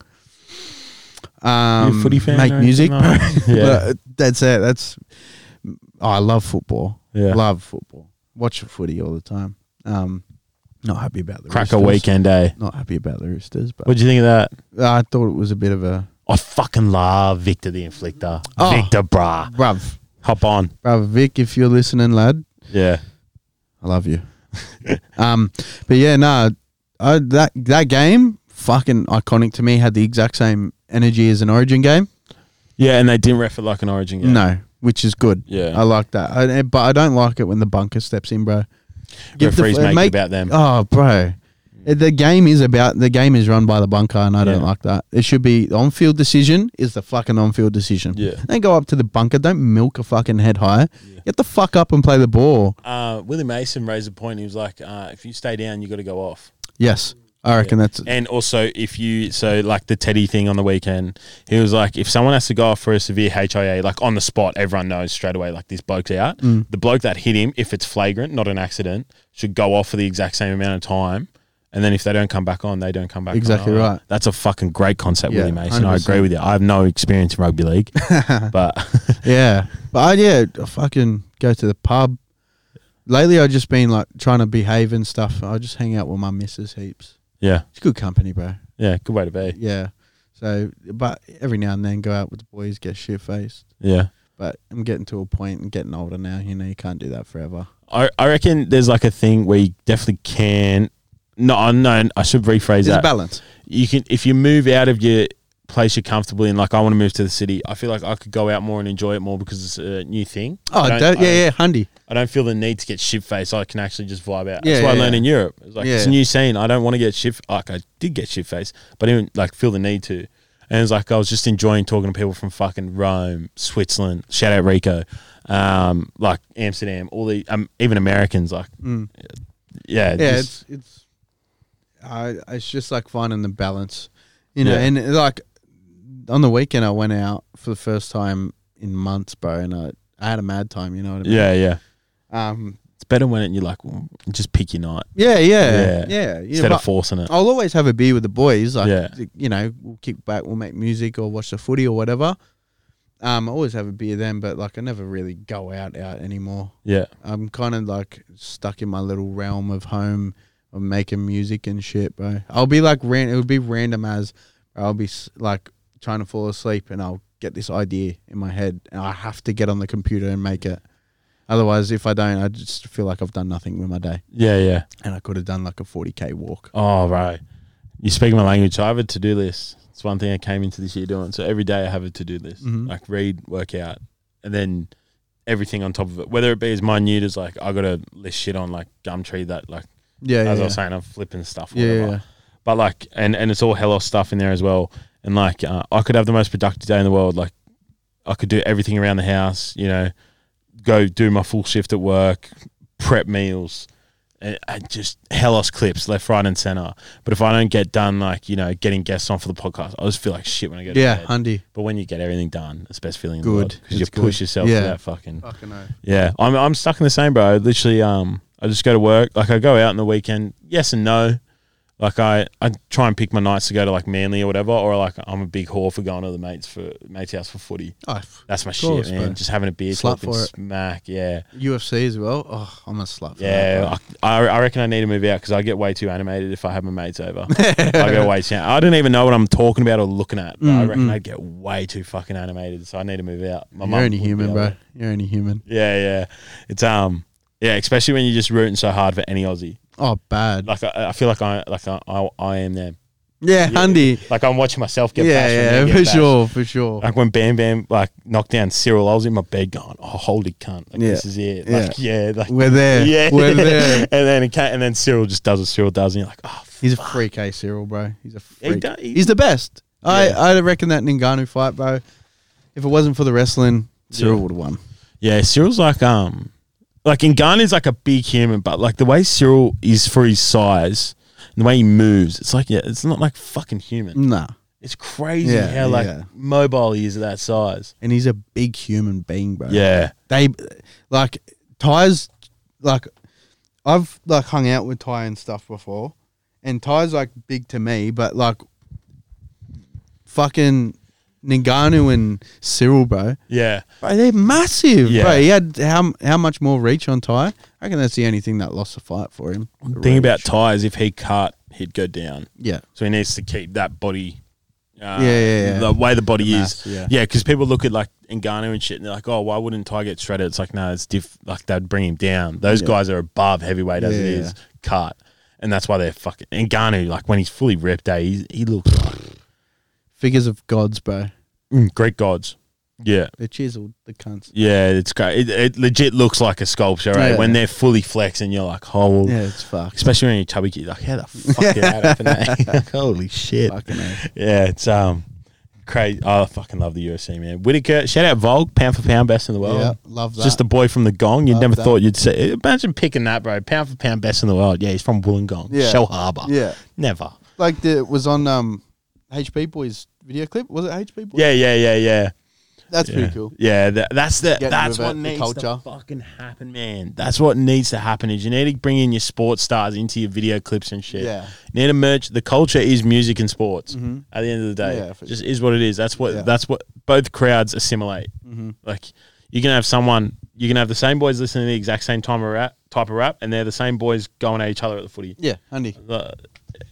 Speaker 2: long.
Speaker 1: you
Speaker 2: Um,
Speaker 1: a footy fan?
Speaker 2: Make
Speaker 1: or
Speaker 2: music,
Speaker 1: anything like that?
Speaker 2: bro.
Speaker 1: yeah.
Speaker 2: But uh, that's it. That's. Oh, I love football.
Speaker 1: Yeah.
Speaker 2: Love football. Watch footy all the time. Um, not happy about the
Speaker 1: Crack a
Speaker 2: Roosters.
Speaker 1: weekend, eh?
Speaker 2: Not happy about the Roosters, but
Speaker 1: What'd you think of that?
Speaker 2: I thought it was a bit of a
Speaker 1: I fucking love Victor the Inflictor.
Speaker 2: Oh.
Speaker 1: Victor, brah.
Speaker 2: bruv.
Speaker 1: Hop on.
Speaker 2: brother Vic, if you're listening, lad,
Speaker 1: Yeah.
Speaker 2: I love you. um, but yeah, no, I, that that game fucking iconic to me. Had the exact same energy as an Origin game.
Speaker 1: Yeah, and they didn't ref it like an origin game.
Speaker 2: No, which is good.
Speaker 1: Yeah.
Speaker 2: I like that. I, eh, but I don't like it when the bunker steps in, bro. Give the-
Speaker 1: Referees make it about them. Mm.
Speaker 2: Oh, bro. It- The game is about the game is run by the bunker, and I don't
Speaker 1: Yeah.
Speaker 2: like that. It should be on field decision is the fucking on field decision.
Speaker 1: Yeah.
Speaker 2: Then go up to the bunker. Don't milk a fucking head high. Get the fuck up and play the ball.
Speaker 1: Uh, Willie Mason raised a point. He was like, uh, if you stay down, you got to go off.
Speaker 2: Yes. I reckon that's
Speaker 1: And also, if you so like the Teddy thing on the weekend, he was like, if someone has to go off for a severe HIA, like on the spot, everyone knows straight away, like this bloke's out.
Speaker 2: Mm.
Speaker 1: The bloke that hit him, if it's flagrant, not an accident, should go off for the exact same amount of time. And then if they don't come back on, they don't come back. on.
Speaker 2: Exactly
Speaker 1: Oh,
Speaker 2: right.
Speaker 1: That's a fucking great concept,
Speaker 2: Yeah,
Speaker 1: Willie Mason. I
Speaker 2: 100%.
Speaker 1: agree with you. I have no experience in rugby league, but
Speaker 2: yeah. But I yeah, I fucking go to the pub. Lately, I've just been like trying to behave and stuff. I just hang out with my missus heaps.
Speaker 1: yeah,
Speaker 2: It's good company, bro.
Speaker 1: yeah, good way to be.
Speaker 2: Yeah. So, but every now and then, go out with the boys, get shit faced.
Speaker 1: Yeah.
Speaker 2: But I'm getting to a point and getting older now. You know, you can't do that forever.
Speaker 1: I, I reckon there's like a thing where you definitely can. No, I- no, I should rephrase
Speaker 2: There's a
Speaker 1: that.
Speaker 2: balance.
Speaker 1: you can if you move out of your place you're comfortable in like i want to move to the city i feel like i could go out more and enjoy it more because it's a new thing
Speaker 2: Oh,
Speaker 1: I
Speaker 2: don't,
Speaker 1: don't- I
Speaker 2: yeah, yeah, hundy.
Speaker 1: i don't feel the need to get shit faced i can actually just vibe out
Speaker 2: Yeah,
Speaker 1: that's what
Speaker 2: yeah,
Speaker 1: i learned
Speaker 2: yeah.
Speaker 1: in europe it's like it's
Speaker 2: Yeah.
Speaker 1: a new scene i don't want to get shit like i did get shit faced but i didn't like feel the need to and it's like i was just enjoying talking to people from fucking rome switzerland shout out rico um like amsterdam all the um, even americans like
Speaker 2: Mm.
Speaker 1: yeah
Speaker 2: Yeah,
Speaker 1: just-
Speaker 2: it's it's. I it's just like finding the balance, you know.
Speaker 1: Yeah.
Speaker 2: And uh, like on the weekend, I went out for the first time in months, bro, and I I had a mad time. You know what I mean?
Speaker 1: yeah yeah
Speaker 2: Um.
Speaker 1: it's better when you're like "Mm, just pick your night
Speaker 2: Yeah. Yeah.
Speaker 1: Yeah.
Speaker 2: Yeah. You know,
Speaker 1: instead
Speaker 2: but
Speaker 1: of forcing it
Speaker 2: I'll always have a beer with the boys. Like,
Speaker 1: Yeah.
Speaker 2: you know, we'll kick back, we'll make music or watch the footy or whatever. Um, I always have a beer then, but like I never really go out out anymore.
Speaker 1: yeah
Speaker 2: I'm kind of like stuck in my little realm of home of making music and shit, bro. I'll be like ran. It would be random as I'll be s- like trying to fall asleep and I'll get this idea in my head and I have to get on the computer and make it. Otherwise, if I don't, I just feel like I've done nothing with my day.
Speaker 1: yeah yeah
Speaker 2: And I could have done like a 40k walk.
Speaker 1: Oh, right. You speak my language. I have a to do list. It's one thing I came into this year doing. So every day I have a to do list
Speaker 2: Mhm.
Speaker 1: like read, work out, and then everything on top of it. Whether it be as minute as like I got to list shit on like Gumtree that like
Speaker 2: Yeah,
Speaker 1: as I
Speaker 2: yeah,
Speaker 1: was saying I'm flipping stuff.
Speaker 2: yeah,
Speaker 1: Whatever.
Speaker 2: yeah.
Speaker 1: But like and and it's all hellos stuff in there as well. And like uh, I could have the most productive day in the world. Like I could do everything around the house. You know, go do my full shift at work, prep meals, and, and just hellos clips left, right, and center. But if I don't get done, like you know, getting guests on for the podcast, I just feel like shit when I get.
Speaker 2: Yeah,
Speaker 1: To bed.
Speaker 2: Hundy.
Speaker 1: But when you get everything done, it's the best feeling in
Speaker 2: Good.
Speaker 1: the world because you
Speaker 2: It's good.
Speaker 1: push yourself
Speaker 2: Yeah.
Speaker 1: to that fucking.
Speaker 2: Fucking no.
Speaker 1: Yeah, I'm I'm stuck in the same, bro. I Literally, um, I just go to work. Like I go out on the weekend. Yes and no. Like I, I try and pick my nights to go to like Manly or whatever, or like I'm a big whore for going to the mates for mates house for footy.
Speaker 2: Oh, f-
Speaker 1: That's my
Speaker 2: course,
Speaker 1: shit, man.
Speaker 2: bro.
Speaker 1: Just having a beer,
Speaker 2: Slut
Speaker 1: talking
Speaker 2: for it.
Speaker 1: smack. Yeah,
Speaker 2: UFC as well. Oh, I'm a slut. For that,
Speaker 1: yeah. I, I reckon I need to move out because I get way too animated if I have my mates over. I go way too. I don't even know what I'm talking about or looking at. But I
Speaker 2: Mm,
Speaker 1: reckon
Speaker 2: mm.
Speaker 1: I get way too fucking animated, so I need to move out. My
Speaker 2: bro.
Speaker 1: mum
Speaker 2: You're only
Speaker 1: would be
Speaker 2: human,
Speaker 1: able to-
Speaker 2: bro. You're only human.
Speaker 1: Yeah, yeah. It's um, yeah, especially when you're just rooting so hard for any Aussie.
Speaker 2: Oh, bad.
Speaker 1: Like I, I feel like I like I, I, I am them.
Speaker 2: yeah, Hundy.
Speaker 1: Like I'm watching myself get bashed when
Speaker 2: Yeah,
Speaker 1: they
Speaker 2: yeah,
Speaker 1: get
Speaker 2: for
Speaker 1: bashed.
Speaker 2: sure, for sure.
Speaker 1: Like when Bam Bam like knocked down Cyril, I was in my bed going, "Oh, holy cunt! Like
Speaker 2: Yeah.
Speaker 1: this is it. Like yeah, like
Speaker 2: We're there.
Speaker 1: yeah,
Speaker 2: We're there.
Speaker 1: and then it ca- and then Cyril just does what Cyril does, and you're like, "Oh, f-
Speaker 2: He's a freak, eh, Cyril, bro. He's a
Speaker 1: he
Speaker 2: freak.
Speaker 1: don't- he-
Speaker 2: He's the best. I,
Speaker 1: Yeah.
Speaker 2: I reckon that Ngannou fight, bro. If it wasn't for the wrestling, Cyril
Speaker 1: Yeah.
Speaker 2: would have won.
Speaker 1: Yeah, Cyril's like um like Ngannou's like a big human, but like the way Cyril is for his size and the way he moves, it's like yeah, it's not like fucking human.
Speaker 2: Nah.
Speaker 1: It's crazy
Speaker 2: Yeah,
Speaker 1: how like
Speaker 2: yeah.
Speaker 1: mobile he is at that size.
Speaker 2: And he's a big human being, bro.
Speaker 1: Yeah.
Speaker 2: they like Ty's like I've like hung out with Ty and stuff before, and Ty's like big to me, but like fucking Ninganu and Cyril, bro,
Speaker 1: Yeah.
Speaker 2: bro, they're massive,
Speaker 1: Yeah.
Speaker 2: bro. He had how how much more reach on Ty? I reckon that's the only thing that lost the fight for him.
Speaker 1: The thing about Ty is if he cut, he'd go down.
Speaker 2: yeah,
Speaker 1: So he needs to keep that body uh,
Speaker 2: Yeah, yeah, yeah.
Speaker 1: The way the body
Speaker 2: The mass,
Speaker 1: is.
Speaker 2: yeah.
Speaker 1: yeah, because people look at like Ngannou and shit and they're like, oh, why wouldn't Ty get shredded? It's like, no, it's diff. Like they'd bring him down. Those
Speaker 2: Yeah.
Speaker 1: guys are above heavyweight as it
Speaker 2: Yeah,
Speaker 1: is, cut. And that's why they're fucking. Ngannou, like when he's fully ripped, eh, he's, he looks like
Speaker 2: figures of gods, bro.
Speaker 1: mm, Greek gods. Yeah.
Speaker 2: They're chiseled, the cunts.
Speaker 1: Yeah, it's great. It, it legit looks like a sculpture, right?
Speaker 2: Yeah.
Speaker 1: When they're fully flexing, you're like, oh, well,
Speaker 2: Yeah, it's fucked.
Speaker 1: especially when you're chubby kid, like, how the fuck did that happen? eh? Like, Holy shit!
Speaker 2: Fucking hell.
Speaker 1: Yeah, it's um, Crazy. Oh, I fucking love the UFC, man. Whitaker, shout out Volk, pound for pound, best in the world.
Speaker 2: yeah, love that.
Speaker 1: Just a boy from the Gong. You
Speaker 2: Love
Speaker 1: never
Speaker 2: that.
Speaker 1: thought you'd say. Imagine picking that, bro. Pound for pound, best in the world. Yeah, he's from Wollongong,
Speaker 2: Yeah.
Speaker 1: Shell Harbour.
Speaker 2: yeah,
Speaker 1: Never.
Speaker 2: like the it was on um, HP Boys video clip. Was it HP Boys?
Speaker 1: Yeah, yeah, yeah, yeah.
Speaker 2: that's
Speaker 1: yeah.
Speaker 2: pretty cool.
Speaker 1: Yeah, that, that's the
Speaker 2: Getting
Speaker 1: that's
Speaker 2: with it,
Speaker 1: what
Speaker 2: the
Speaker 1: needs
Speaker 2: culture.
Speaker 1: to fucking happen, man. That's what needs to happen. Is you need to bring in your sports stars into your video clips and shit.
Speaker 2: Yeah. Mm-hmm.
Speaker 1: You need to merge. The culture is music and sports. At the end of the day,
Speaker 2: Yeah, for
Speaker 1: just is what it is. That's what
Speaker 2: Yeah. Mm-hmm.
Speaker 1: that's what both crowds assimilate. Like you can have someone, you can have the same boys listening to the exact same time of rap, type of rap, and they're the same boys going at each other at the footy.
Speaker 2: Yeah, Andy.
Speaker 1: The,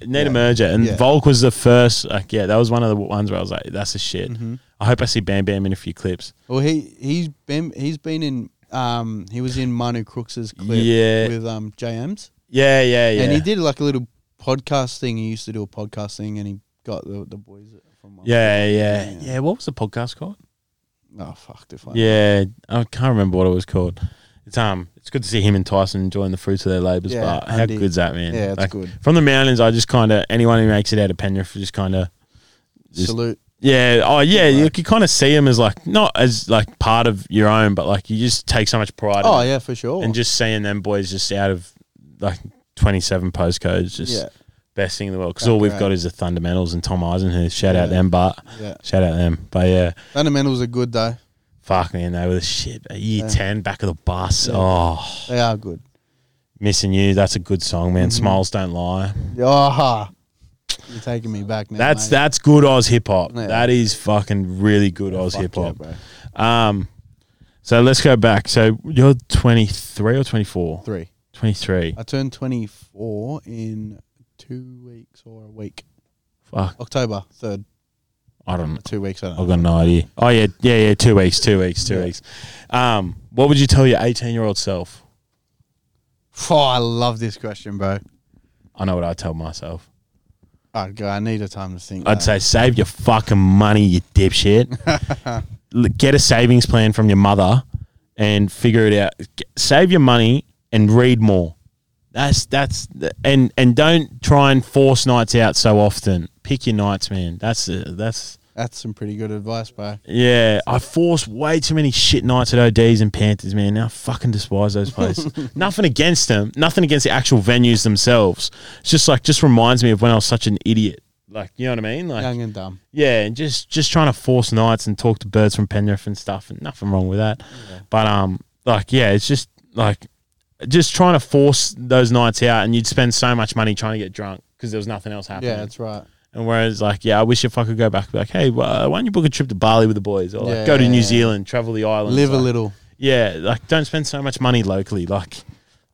Speaker 1: need a merger, and
Speaker 2: Yeah.
Speaker 1: Volk was the first. Like, yeah, that was one of the ones where I was like, "That's the shit."
Speaker 2: Mm-hmm.
Speaker 1: I hope I see Bam Bam in a few clips.
Speaker 2: Well, he he's been he's been in um he was in Manu Crooks's clip
Speaker 1: Yeah.
Speaker 2: with um JMs,
Speaker 1: Yeah, yeah, yeah.
Speaker 2: and he did like a little podcast thing. He used to do a podcast thing, and he got the the boys from um,
Speaker 1: Yeah, yeah,
Speaker 2: Yeah.
Speaker 1: yeah, What was the podcast called?
Speaker 2: Oh fuck, if I
Speaker 1: Yeah, I can't remember what it was called. It's um, it's good to see him and Tyson enjoying the fruits of their labors.
Speaker 2: Yeah,
Speaker 1: but how
Speaker 2: Andy.
Speaker 1: good's that, man?
Speaker 2: yeah, it's
Speaker 1: Like,
Speaker 2: good.
Speaker 1: From the mountains, I just kind of anyone who makes it out of Penrith, just kind of just-
Speaker 2: Salute.
Speaker 1: yeah, oh yeah, you
Speaker 2: Right.
Speaker 1: can kind of see him as like not as like part of your own, but like you just take so much pride.
Speaker 2: Oh
Speaker 1: in it.
Speaker 2: yeah, for sure.
Speaker 1: and just seeing them boys just out of like twenty seven postcodes, just
Speaker 2: yeah,
Speaker 1: best thing in the world. Because
Speaker 2: Fuck
Speaker 1: all we've
Speaker 2: right.
Speaker 1: got is the fundamentals and Tom Eisenhuth. Shout out
Speaker 2: Yeah.
Speaker 1: them, but
Speaker 2: yeah.
Speaker 1: shout out them, but yeah.
Speaker 2: Fundamentals are good though.
Speaker 1: Fuck man, they were the shit. At Year
Speaker 2: Yeah.
Speaker 1: ten, back of the bus.
Speaker 2: Yeah.
Speaker 1: Oh,
Speaker 2: They are good.
Speaker 1: missing you. That's a good song,
Speaker 2: Mm-hmm.
Speaker 1: man. Smiles don't lie.
Speaker 2: Ah, you're taking me back now.
Speaker 1: that's
Speaker 2: mate.
Speaker 1: that's good Oz hip hop.
Speaker 2: Yeah.
Speaker 1: That is fucking really good Oz
Speaker 2: Fuck
Speaker 1: hip
Speaker 2: yeah,
Speaker 1: hop.
Speaker 2: bro.
Speaker 1: um, so let's go back. So you're 23 or 24?
Speaker 2: Three.
Speaker 1: 23.
Speaker 2: I turned 24 in two weeks or a week.
Speaker 1: Fuck,
Speaker 2: October 3rd.
Speaker 1: I don't. know.
Speaker 2: Two weeks. I don't know.
Speaker 1: I've got no idea. Oh yeah, yeah, yeah. Two weeks, two weeks, two
Speaker 2: Yeah.
Speaker 1: weeks. Um, what would you tell your 18 year old self?
Speaker 2: Oh, I love this question, bro.
Speaker 1: I know what I tell myself.
Speaker 2: Oh, God, I need a time to think.
Speaker 1: I'd say save your fucking money, you dipshit. L- Get a savings plan from your mother and figure it out. G- Save your money and read more. That's that's the- and and don't try and force nights out so often. Pick your nights, man. That's uh, that's
Speaker 2: That's some pretty good advice, bro.
Speaker 1: yeah. I forced way too many shit nights at ODs and Panthers, man. Now I fucking despise those places. nothing against them. Nothing against the actual venues themselves. It's just like just reminds me of when I was such an idiot. Like you know what I mean? Like
Speaker 2: Young and dumb.
Speaker 1: yeah, and just just trying to force nights and talk to birds from Penrith and stuff, and nothing wrong with that. But um, like yeah, it's just like just trying to force those nights out, and you'd spend so much money trying to get drunk because there was nothing else happening.
Speaker 2: Yeah, that's right.
Speaker 1: and whereas like yeah, I wish if I could go back, and be like hey, wh- why don't you book a trip to Bali with the boys, or like go to
Speaker 2: Yeah.
Speaker 1: New Zealand, travel the islands,
Speaker 2: Live a
Speaker 1: like-
Speaker 2: little.
Speaker 1: yeah, like don't spend so much money locally, like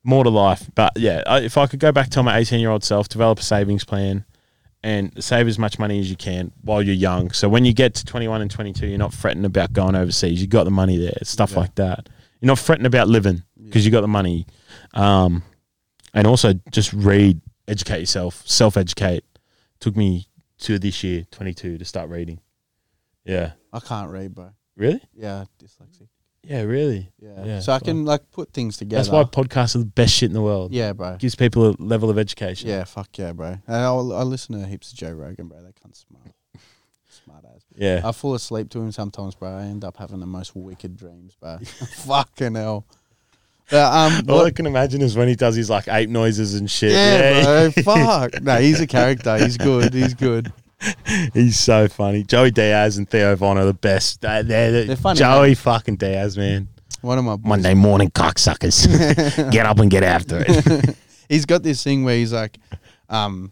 Speaker 1: more to life. But yeah, I, if I could go back, tell my 18 year old self, develop a savings plan and save as much money as you can while you're young. So when you get to 21 and 22, you're not fretting about going overseas. You got the money there, It's stuff
Speaker 2: Yeah.
Speaker 1: like that. You're not fretting about living because you got the money. Um, and also just read, educate yourself, self educate. Took me to this year, 22, to start reading. Yeah.
Speaker 2: I can't read, bro.
Speaker 1: Really?
Speaker 2: Yeah, dyslexic.
Speaker 1: Yeah, really.
Speaker 2: Yeah.
Speaker 1: Yeah,
Speaker 2: so I
Speaker 1: fine.
Speaker 2: can like put things together.
Speaker 1: That's why podcasts are the best shit in the world.
Speaker 2: Yeah, bro.
Speaker 1: gives people a level of education.
Speaker 2: Yeah, fuck yeah, bro. And I, I listen to heaps of Joe Rogan, bro. That cunt's smart. smart ass.
Speaker 1: Yeah.
Speaker 2: I fall asleep to him sometimes, bro. I end up having the most wicked dreams, bro. Fucking hell. But, um,
Speaker 1: All I
Speaker 2: what-
Speaker 1: can imagine is when he does his like ape noises and shit.
Speaker 2: yeah, bro. Fuck. No, he's a character. He's good. He's good.
Speaker 1: He's so funny. Joey Diaz and Theo Von are the best. They're, they're,
Speaker 2: They're funny,
Speaker 1: Joey fucking Diaz, man.
Speaker 2: One of my boys.
Speaker 1: Monday morning cocksuckers. get up and get after it.
Speaker 2: he's got this thing where he's like, um,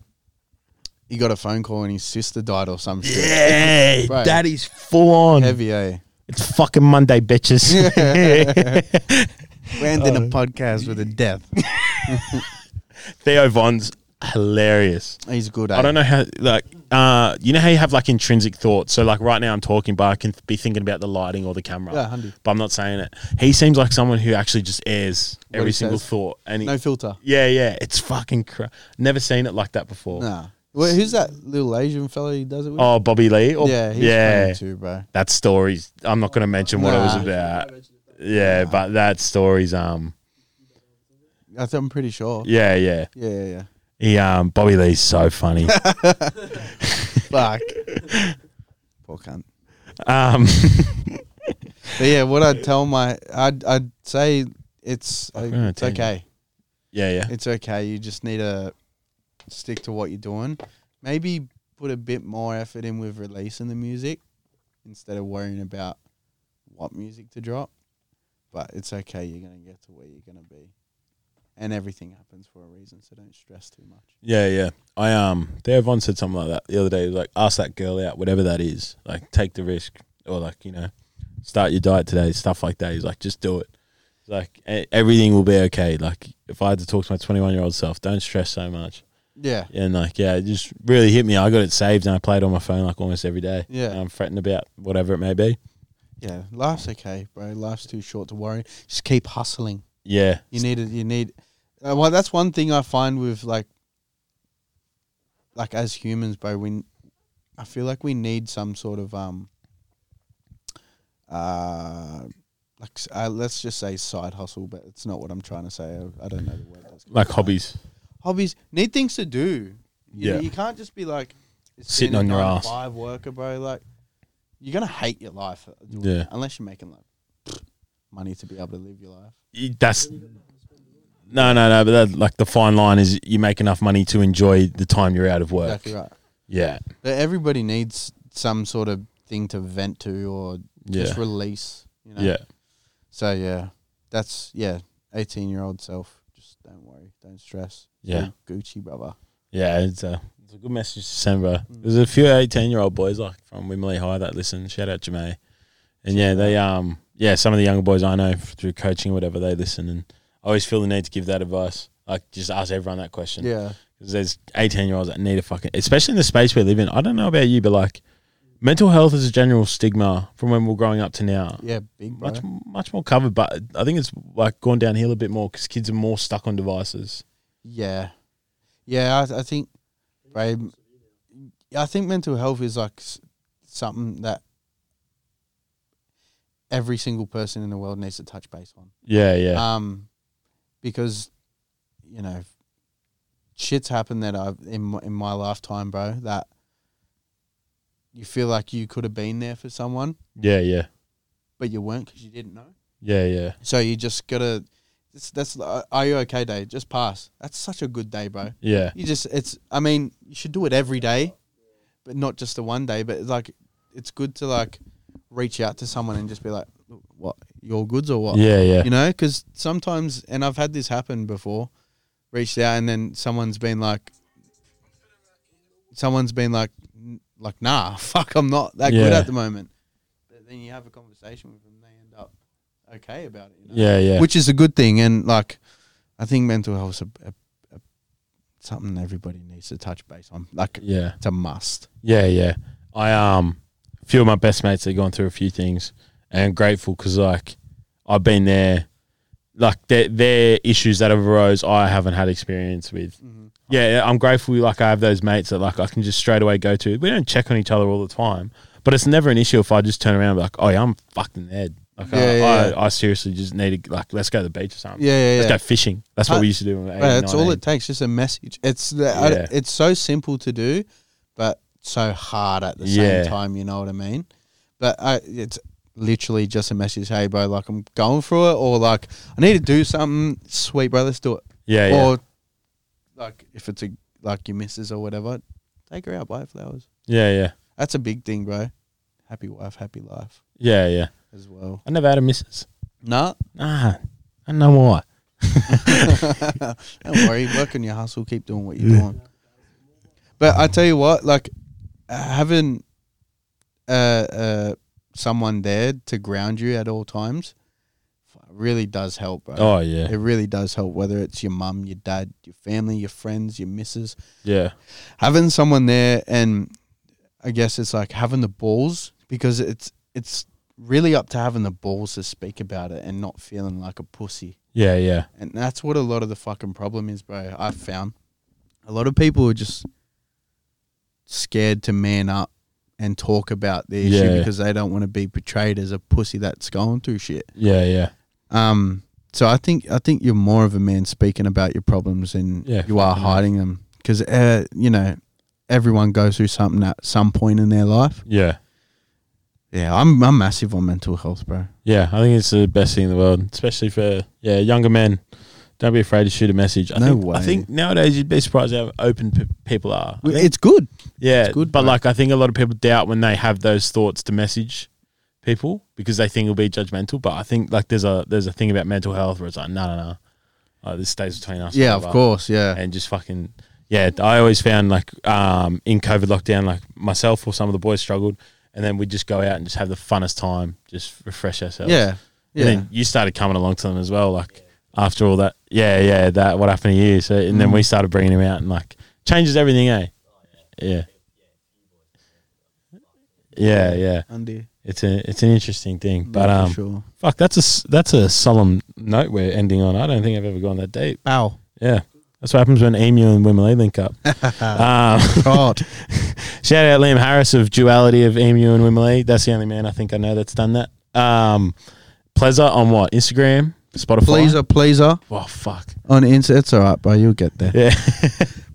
Speaker 2: he got a phone call and his sister died or some shit.
Speaker 1: yeah.
Speaker 2: Right.
Speaker 1: That is full on.
Speaker 2: Heavy, eh?
Speaker 1: It's fucking Monday, bitches.
Speaker 2: We're ending
Speaker 1: Oh.
Speaker 2: a podcast with a death.
Speaker 1: Theo Von's hilarious.
Speaker 2: He's good, eh?
Speaker 1: I don't know how like uh you know how you have like intrinsic thoughts. So like right now I'm talking, but I can be thinking about the lighting or the camera.
Speaker 2: Yeah, 100.
Speaker 1: But I'm not saying it. He seems like someone who actually just airs
Speaker 2: What
Speaker 1: every
Speaker 2: he
Speaker 1: single
Speaker 2: says.
Speaker 1: thought. And he,
Speaker 2: No filter.
Speaker 1: yeah, yeah, it's fucking. Cra- Never seen it like that before.
Speaker 2: Nah. Well, who's that little Asian fella he does it with?
Speaker 1: Oh, Bobby Lee. Or,
Speaker 2: yeah,
Speaker 1: yeah,
Speaker 2: he's funny too, bro.
Speaker 1: That story's. I'm not going to mention what it was
Speaker 2: Nah.
Speaker 1: about. Yeah, but that story's. Um.
Speaker 2: I th- I'm pretty sure.
Speaker 1: Yeah, yeah.
Speaker 2: Yeah, yeah, yeah.
Speaker 1: He. Um. Bobby Lee's so funny.
Speaker 2: Fuck. Poor poor cunt.
Speaker 1: Um,
Speaker 2: But yeah, what I'd tell my, I'd, I'd say it's,
Speaker 1: Fuck,
Speaker 2: uh,
Speaker 1: no,
Speaker 2: it's
Speaker 1: ten.
Speaker 2: okay.
Speaker 1: yeah, yeah.
Speaker 2: It's okay. You just need to stick to what you're doing. Maybe put a bit more effort in with releasing the music instead of worrying about what music to drop. But it's okay. You're going to get to where you're going to be. And everything happens for a reason. So don't stress too much.
Speaker 1: Yeah, yeah. I um Devon said something like that the other day. He was like, ask that girl out, whatever that is. Like take the risk or like, you know, start your diet today, stuff like that. He's like, just do it. He's like e- everything will be okay. Like if I had to talk to my twenty one year old self, don't stress so much.
Speaker 2: Yeah.
Speaker 1: And like, yeah, it just really hit me. I got it saved and I play it on my phone like almost every day.
Speaker 2: Yeah.
Speaker 1: And I'm fretting about whatever it may be.
Speaker 2: Yeah. Life's okay, bro. Life's too short to worry. Just keep hustling.
Speaker 1: Yeah.
Speaker 2: You need it. You need. Uh, well, that's one thing I find with like, like as humans, bro. We, I feel like we need some sort of um, uh, like s- uh, let's just say side hustle, but it's not what I'm trying to say. I, I don't know the word. That's
Speaker 1: Like hobbies.
Speaker 2: Hobbies need things to do. You know,
Speaker 1: Yeah.
Speaker 2: you can't just be like just
Speaker 1: Sitting
Speaker 2: being a
Speaker 1: on your
Speaker 2: nine to
Speaker 1: ass.
Speaker 2: Five worker, bro. Like you're gonna hate your life. doing
Speaker 1: Yeah.
Speaker 2: that, unless you're making like money to be able to live your life.
Speaker 1: Y- That's no, no, no. But that, like the fine line is you make enough money to enjoy the time you're out of work.
Speaker 2: Exactly right.
Speaker 1: Yeah.
Speaker 2: But everybody needs some sort of thing to vent to or
Speaker 1: Yeah.
Speaker 2: just release. You know?
Speaker 1: Yeah.
Speaker 2: So yeah, that's yeah. Eighteen year old self, just don't worry, don't stress.
Speaker 1: Yeah.
Speaker 2: Go Gucci brother.
Speaker 1: Yeah, it's a, it's a good message to send,
Speaker 2: Mm.
Speaker 1: bro. There's a few 18 year old boys like from Wimley High that listen. Shout out Jamey. And yeah, they um yeah, some of the younger boys I know f- through coaching or whatever, they listen and I always feel the need to give that advice. Like just ask everyone that question.
Speaker 2: Yeah.
Speaker 1: Because there's 18 year olds that need a fucking especially in the space we live in. I don't know about you, but like mental health is a general stigma from when we we're growing up to now.
Speaker 2: Yeah. Big bro.
Speaker 1: Much much more covered, but I think it's like gone downhill a bit more because kids are more stuck on devices.
Speaker 2: Yeah. Yeah. I, I think, bro. I think mental health is like s- something that every single person in the world needs to touch base on.
Speaker 1: Yeah, yeah,
Speaker 2: um, because you know shit's happened that I've in my, in my lifetime, bro. That you feel like you could have been there for someone,
Speaker 1: yeah, yeah,
Speaker 2: but you weren't because you didn't know.
Speaker 1: yeah, yeah.
Speaker 2: So you just gotta. That's, that's uh, are you okay day? Just pass. That's such a good day, bro.
Speaker 1: Yeah,
Speaker 2: You just it's. I mean, you should do it every day, but not just the one day. But it's like, it's good to like reach out to someone and just be like, "What your goods or what?"
Speaker 1: yeah, yeah,
Speaker 2: you know because sometimes and i've had this happen before reached out and then someone's been like someone's been like n- like nah fuck i'm not that good
Speaker 1: Yeah.
Speaker 2: at the moment but then you have a conversation with them they end up okay about it you know?
Speaker 1: yeah, yeah,
Speaker 2: which is a good thing and like i think mental health's a, a, a, something everybody needs to touch base on like
Speaker 1: yeah,
Speaker 2: it's a must
Speaker 1: yeah, yeah. I um, a few of my best mates have gone through a few things, and I'm grateful because like I've been there, like their their issues that have arose I haven't had experience with.
Speaker 2: Mm-hmm.
Speaker 1: Yeah, I'm grateful like I have those mates that like I can just straight away go to. We don't check on each other all the time, but it's never an issue if I just turn around and be like, oh yeah, I'm fucking dead. Like I,
Speaker 2: Yeah, yeah.
Speaker 1: I, I seriously just need to like let's go to the beach or something.
Speaker 2: yeah yeah,
Speaker 1: Let's go
Speaker 2: yeah.
Speaker 1: fishing. That's what
Speaker 2: Huh.
Speaker 1: we used to do. When we were
Speaker 2: Bro,
Speaker 1: 18,
Speaker 2: that's all
Speaker 1: 19.
Speaker 2: it takes, just a message. It's the, I-
Speaker 1: Yeah.
Speaker 2: it's so simple to do, but so hard at the
Speaker 1: Yeah.
Speaker 2: same time. You know what I mean? But I, it's literally just a message. Hey, bro, like I'm going through it, or like I need to do something. Sweet, bro, let's do it.
Speaker 1: Yeah, yeah,
Speaker 2: Or like if it's a like your missus or whatever, take her out, buy her flowers.
Speaker 1: yeah, yeah,
Speaker 2: That's a big thing, bro. Happy wife, happy life
Speaker 1: yeah, yeah.
Speaker 2: as well.
Speaker 1: I never had a missus.
Speaker 2: Nah,
Speaker 1: Nah, I don't know why.
Speaker 2: Don't worry, work on your hustle, keep doing what you're doing. But I tell you what, like having uh, uh, someone there to ground you at all times f- really does help, bro.
Speaker 1: Oh yeah,
Speaker 2: It really does help, whether it's your mum, your dad, your family, your friends, your missus.
Speaker 1: yeah,
Speaker 2: Having someone there, and I guess it's like having the balls because it's it's really up to having the balls to speak about it and not feeling like a pussy.
Speaker 1: yeah, yeah,
Speaker 2: And that's what a lot of the fucking problem is, bro. I've found a lot of people are just scared to man up and talk about the issue
Speaker 1: Yeah.
Speaker 2: because they don't want to be portrayed as a pussy that's going through shit.
Speaker 1: yeah, yeah,
Speaker 2: Um, so I think I think you're more of a man speaking about your problems than
Speaker 1: Yeah,
Speaker 2: you are
Speaker 1: fucking
Speaker 2: hiding them because uh, you know everyone goes through something at some point in their life.
Speaker 1: yeah,
Speaker 2: Yeah, I'm I'm massive on mental health, bro.
Speaker 1: Yeah, I think it's the best thing in the world, especially for yeah younger men. Don't be afraid to shoot a message. I
Speaker 2: No
Speaker 1: think, I
Speaker 2: way.
Speaker 1: think nowadays you'd be surprised how open pe- people are. I think-
Speaker 2: It's good.
Speaker 1: yeah,
Speaker 2: it's good,
Speaker 1: but
Speaker 2: bro.
Speaker 1: like I think a lot of people doubt when they have those thoughts to message people because they think it'll be judgmental. But I think like there's a there's a thing about mental health where it's like no no no, like, this stays between us.
Speaker 2: Yeah, of
Speaker 1: forever."
Speaker 2: course. Yeah,
Speaker 1: and just fucking yeah. I always found like um, in COVID lockdown, like myself or some of the boys struggled, and then we'd just go out and just have the funnest time, just refresh ourselves.
Speaker 2: yeah,
Speaker 1: And
Speaker 2: yeah.
Speaker 1: then you started coming along to them as well, like after all that. Yeah, yeah, that what happened to you. So and
Speaker 2: Mm.
Speaker 1: then we started bringing him out and like changes everything, eh? Yeah. Yeah, yeah.
Speaker 2: Andy,
Speaker 1: It's a it's an interesting thing, but
Speaker 2: yeah, for
Speaker 1: um,
Speaker 2: sure.
Speaker 1: fuck, that's a s- that's a solemn note we're ending on. I don't think I've ever gone that deep.
Speaker 2: Ow.
Speaker 1: Yeah. That's what happens when Emu and Wimley link up. um,
Speaker 2: God.
Speaker 1: shout out Liam Harris of Duality of Emu and Wimley. That's the only man I think I know that's done that. Um, Pleasure on what? Instagram? Spotify?
Speaker 2: pleaser, pleaser
Speaker 1: Oh, fuck.
Speaker 2: on Insta. It's all right, bro. You'll get there.
Speaker 1: Yeah.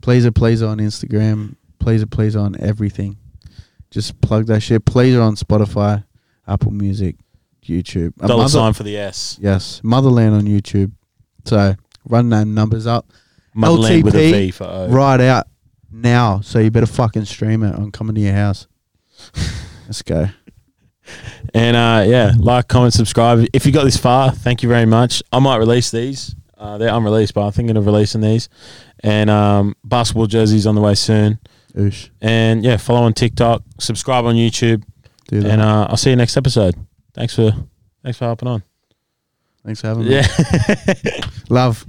Speaker 2: Pleaser, pleaser on Instagram. Pleaser, pleaser on everything. Just plug that shit. Pleaser on Spotify, Apple Music, YouTube. Uh,
Speaker 1: Dollar
Speaker 2: Mother-
Speaker 1: sign for the S.
Speaker 2: Yes, Motherland on YouTube. So run them numbers up
Speaker 1: Motherland with a
Speaker 2: LTP.
Speaker 1: V for O.
Speaker 2: right out now. So you better fucking stream it. I'm coming to your house. Let's go.
Speaker 1: And uh, yeah, like, comment, subscribe. If you got this far, thank you very much. I might release these. Uh, they're unreleased, but I'm thinking of releasing these. And um, basketball jerseys on the way soon.
Speaker 2: Oosh.
Speaker 1: And yeah, follow on TikTok, subscribe on YouTube.
Speaker 2: Do that.
Speaker 1: And uh, I'll see you next episode. Thanks for thanks for hopping on.
Speaker 2: Thanks for having me.
Speaker 1: Yeah.
Speaker 2: Love.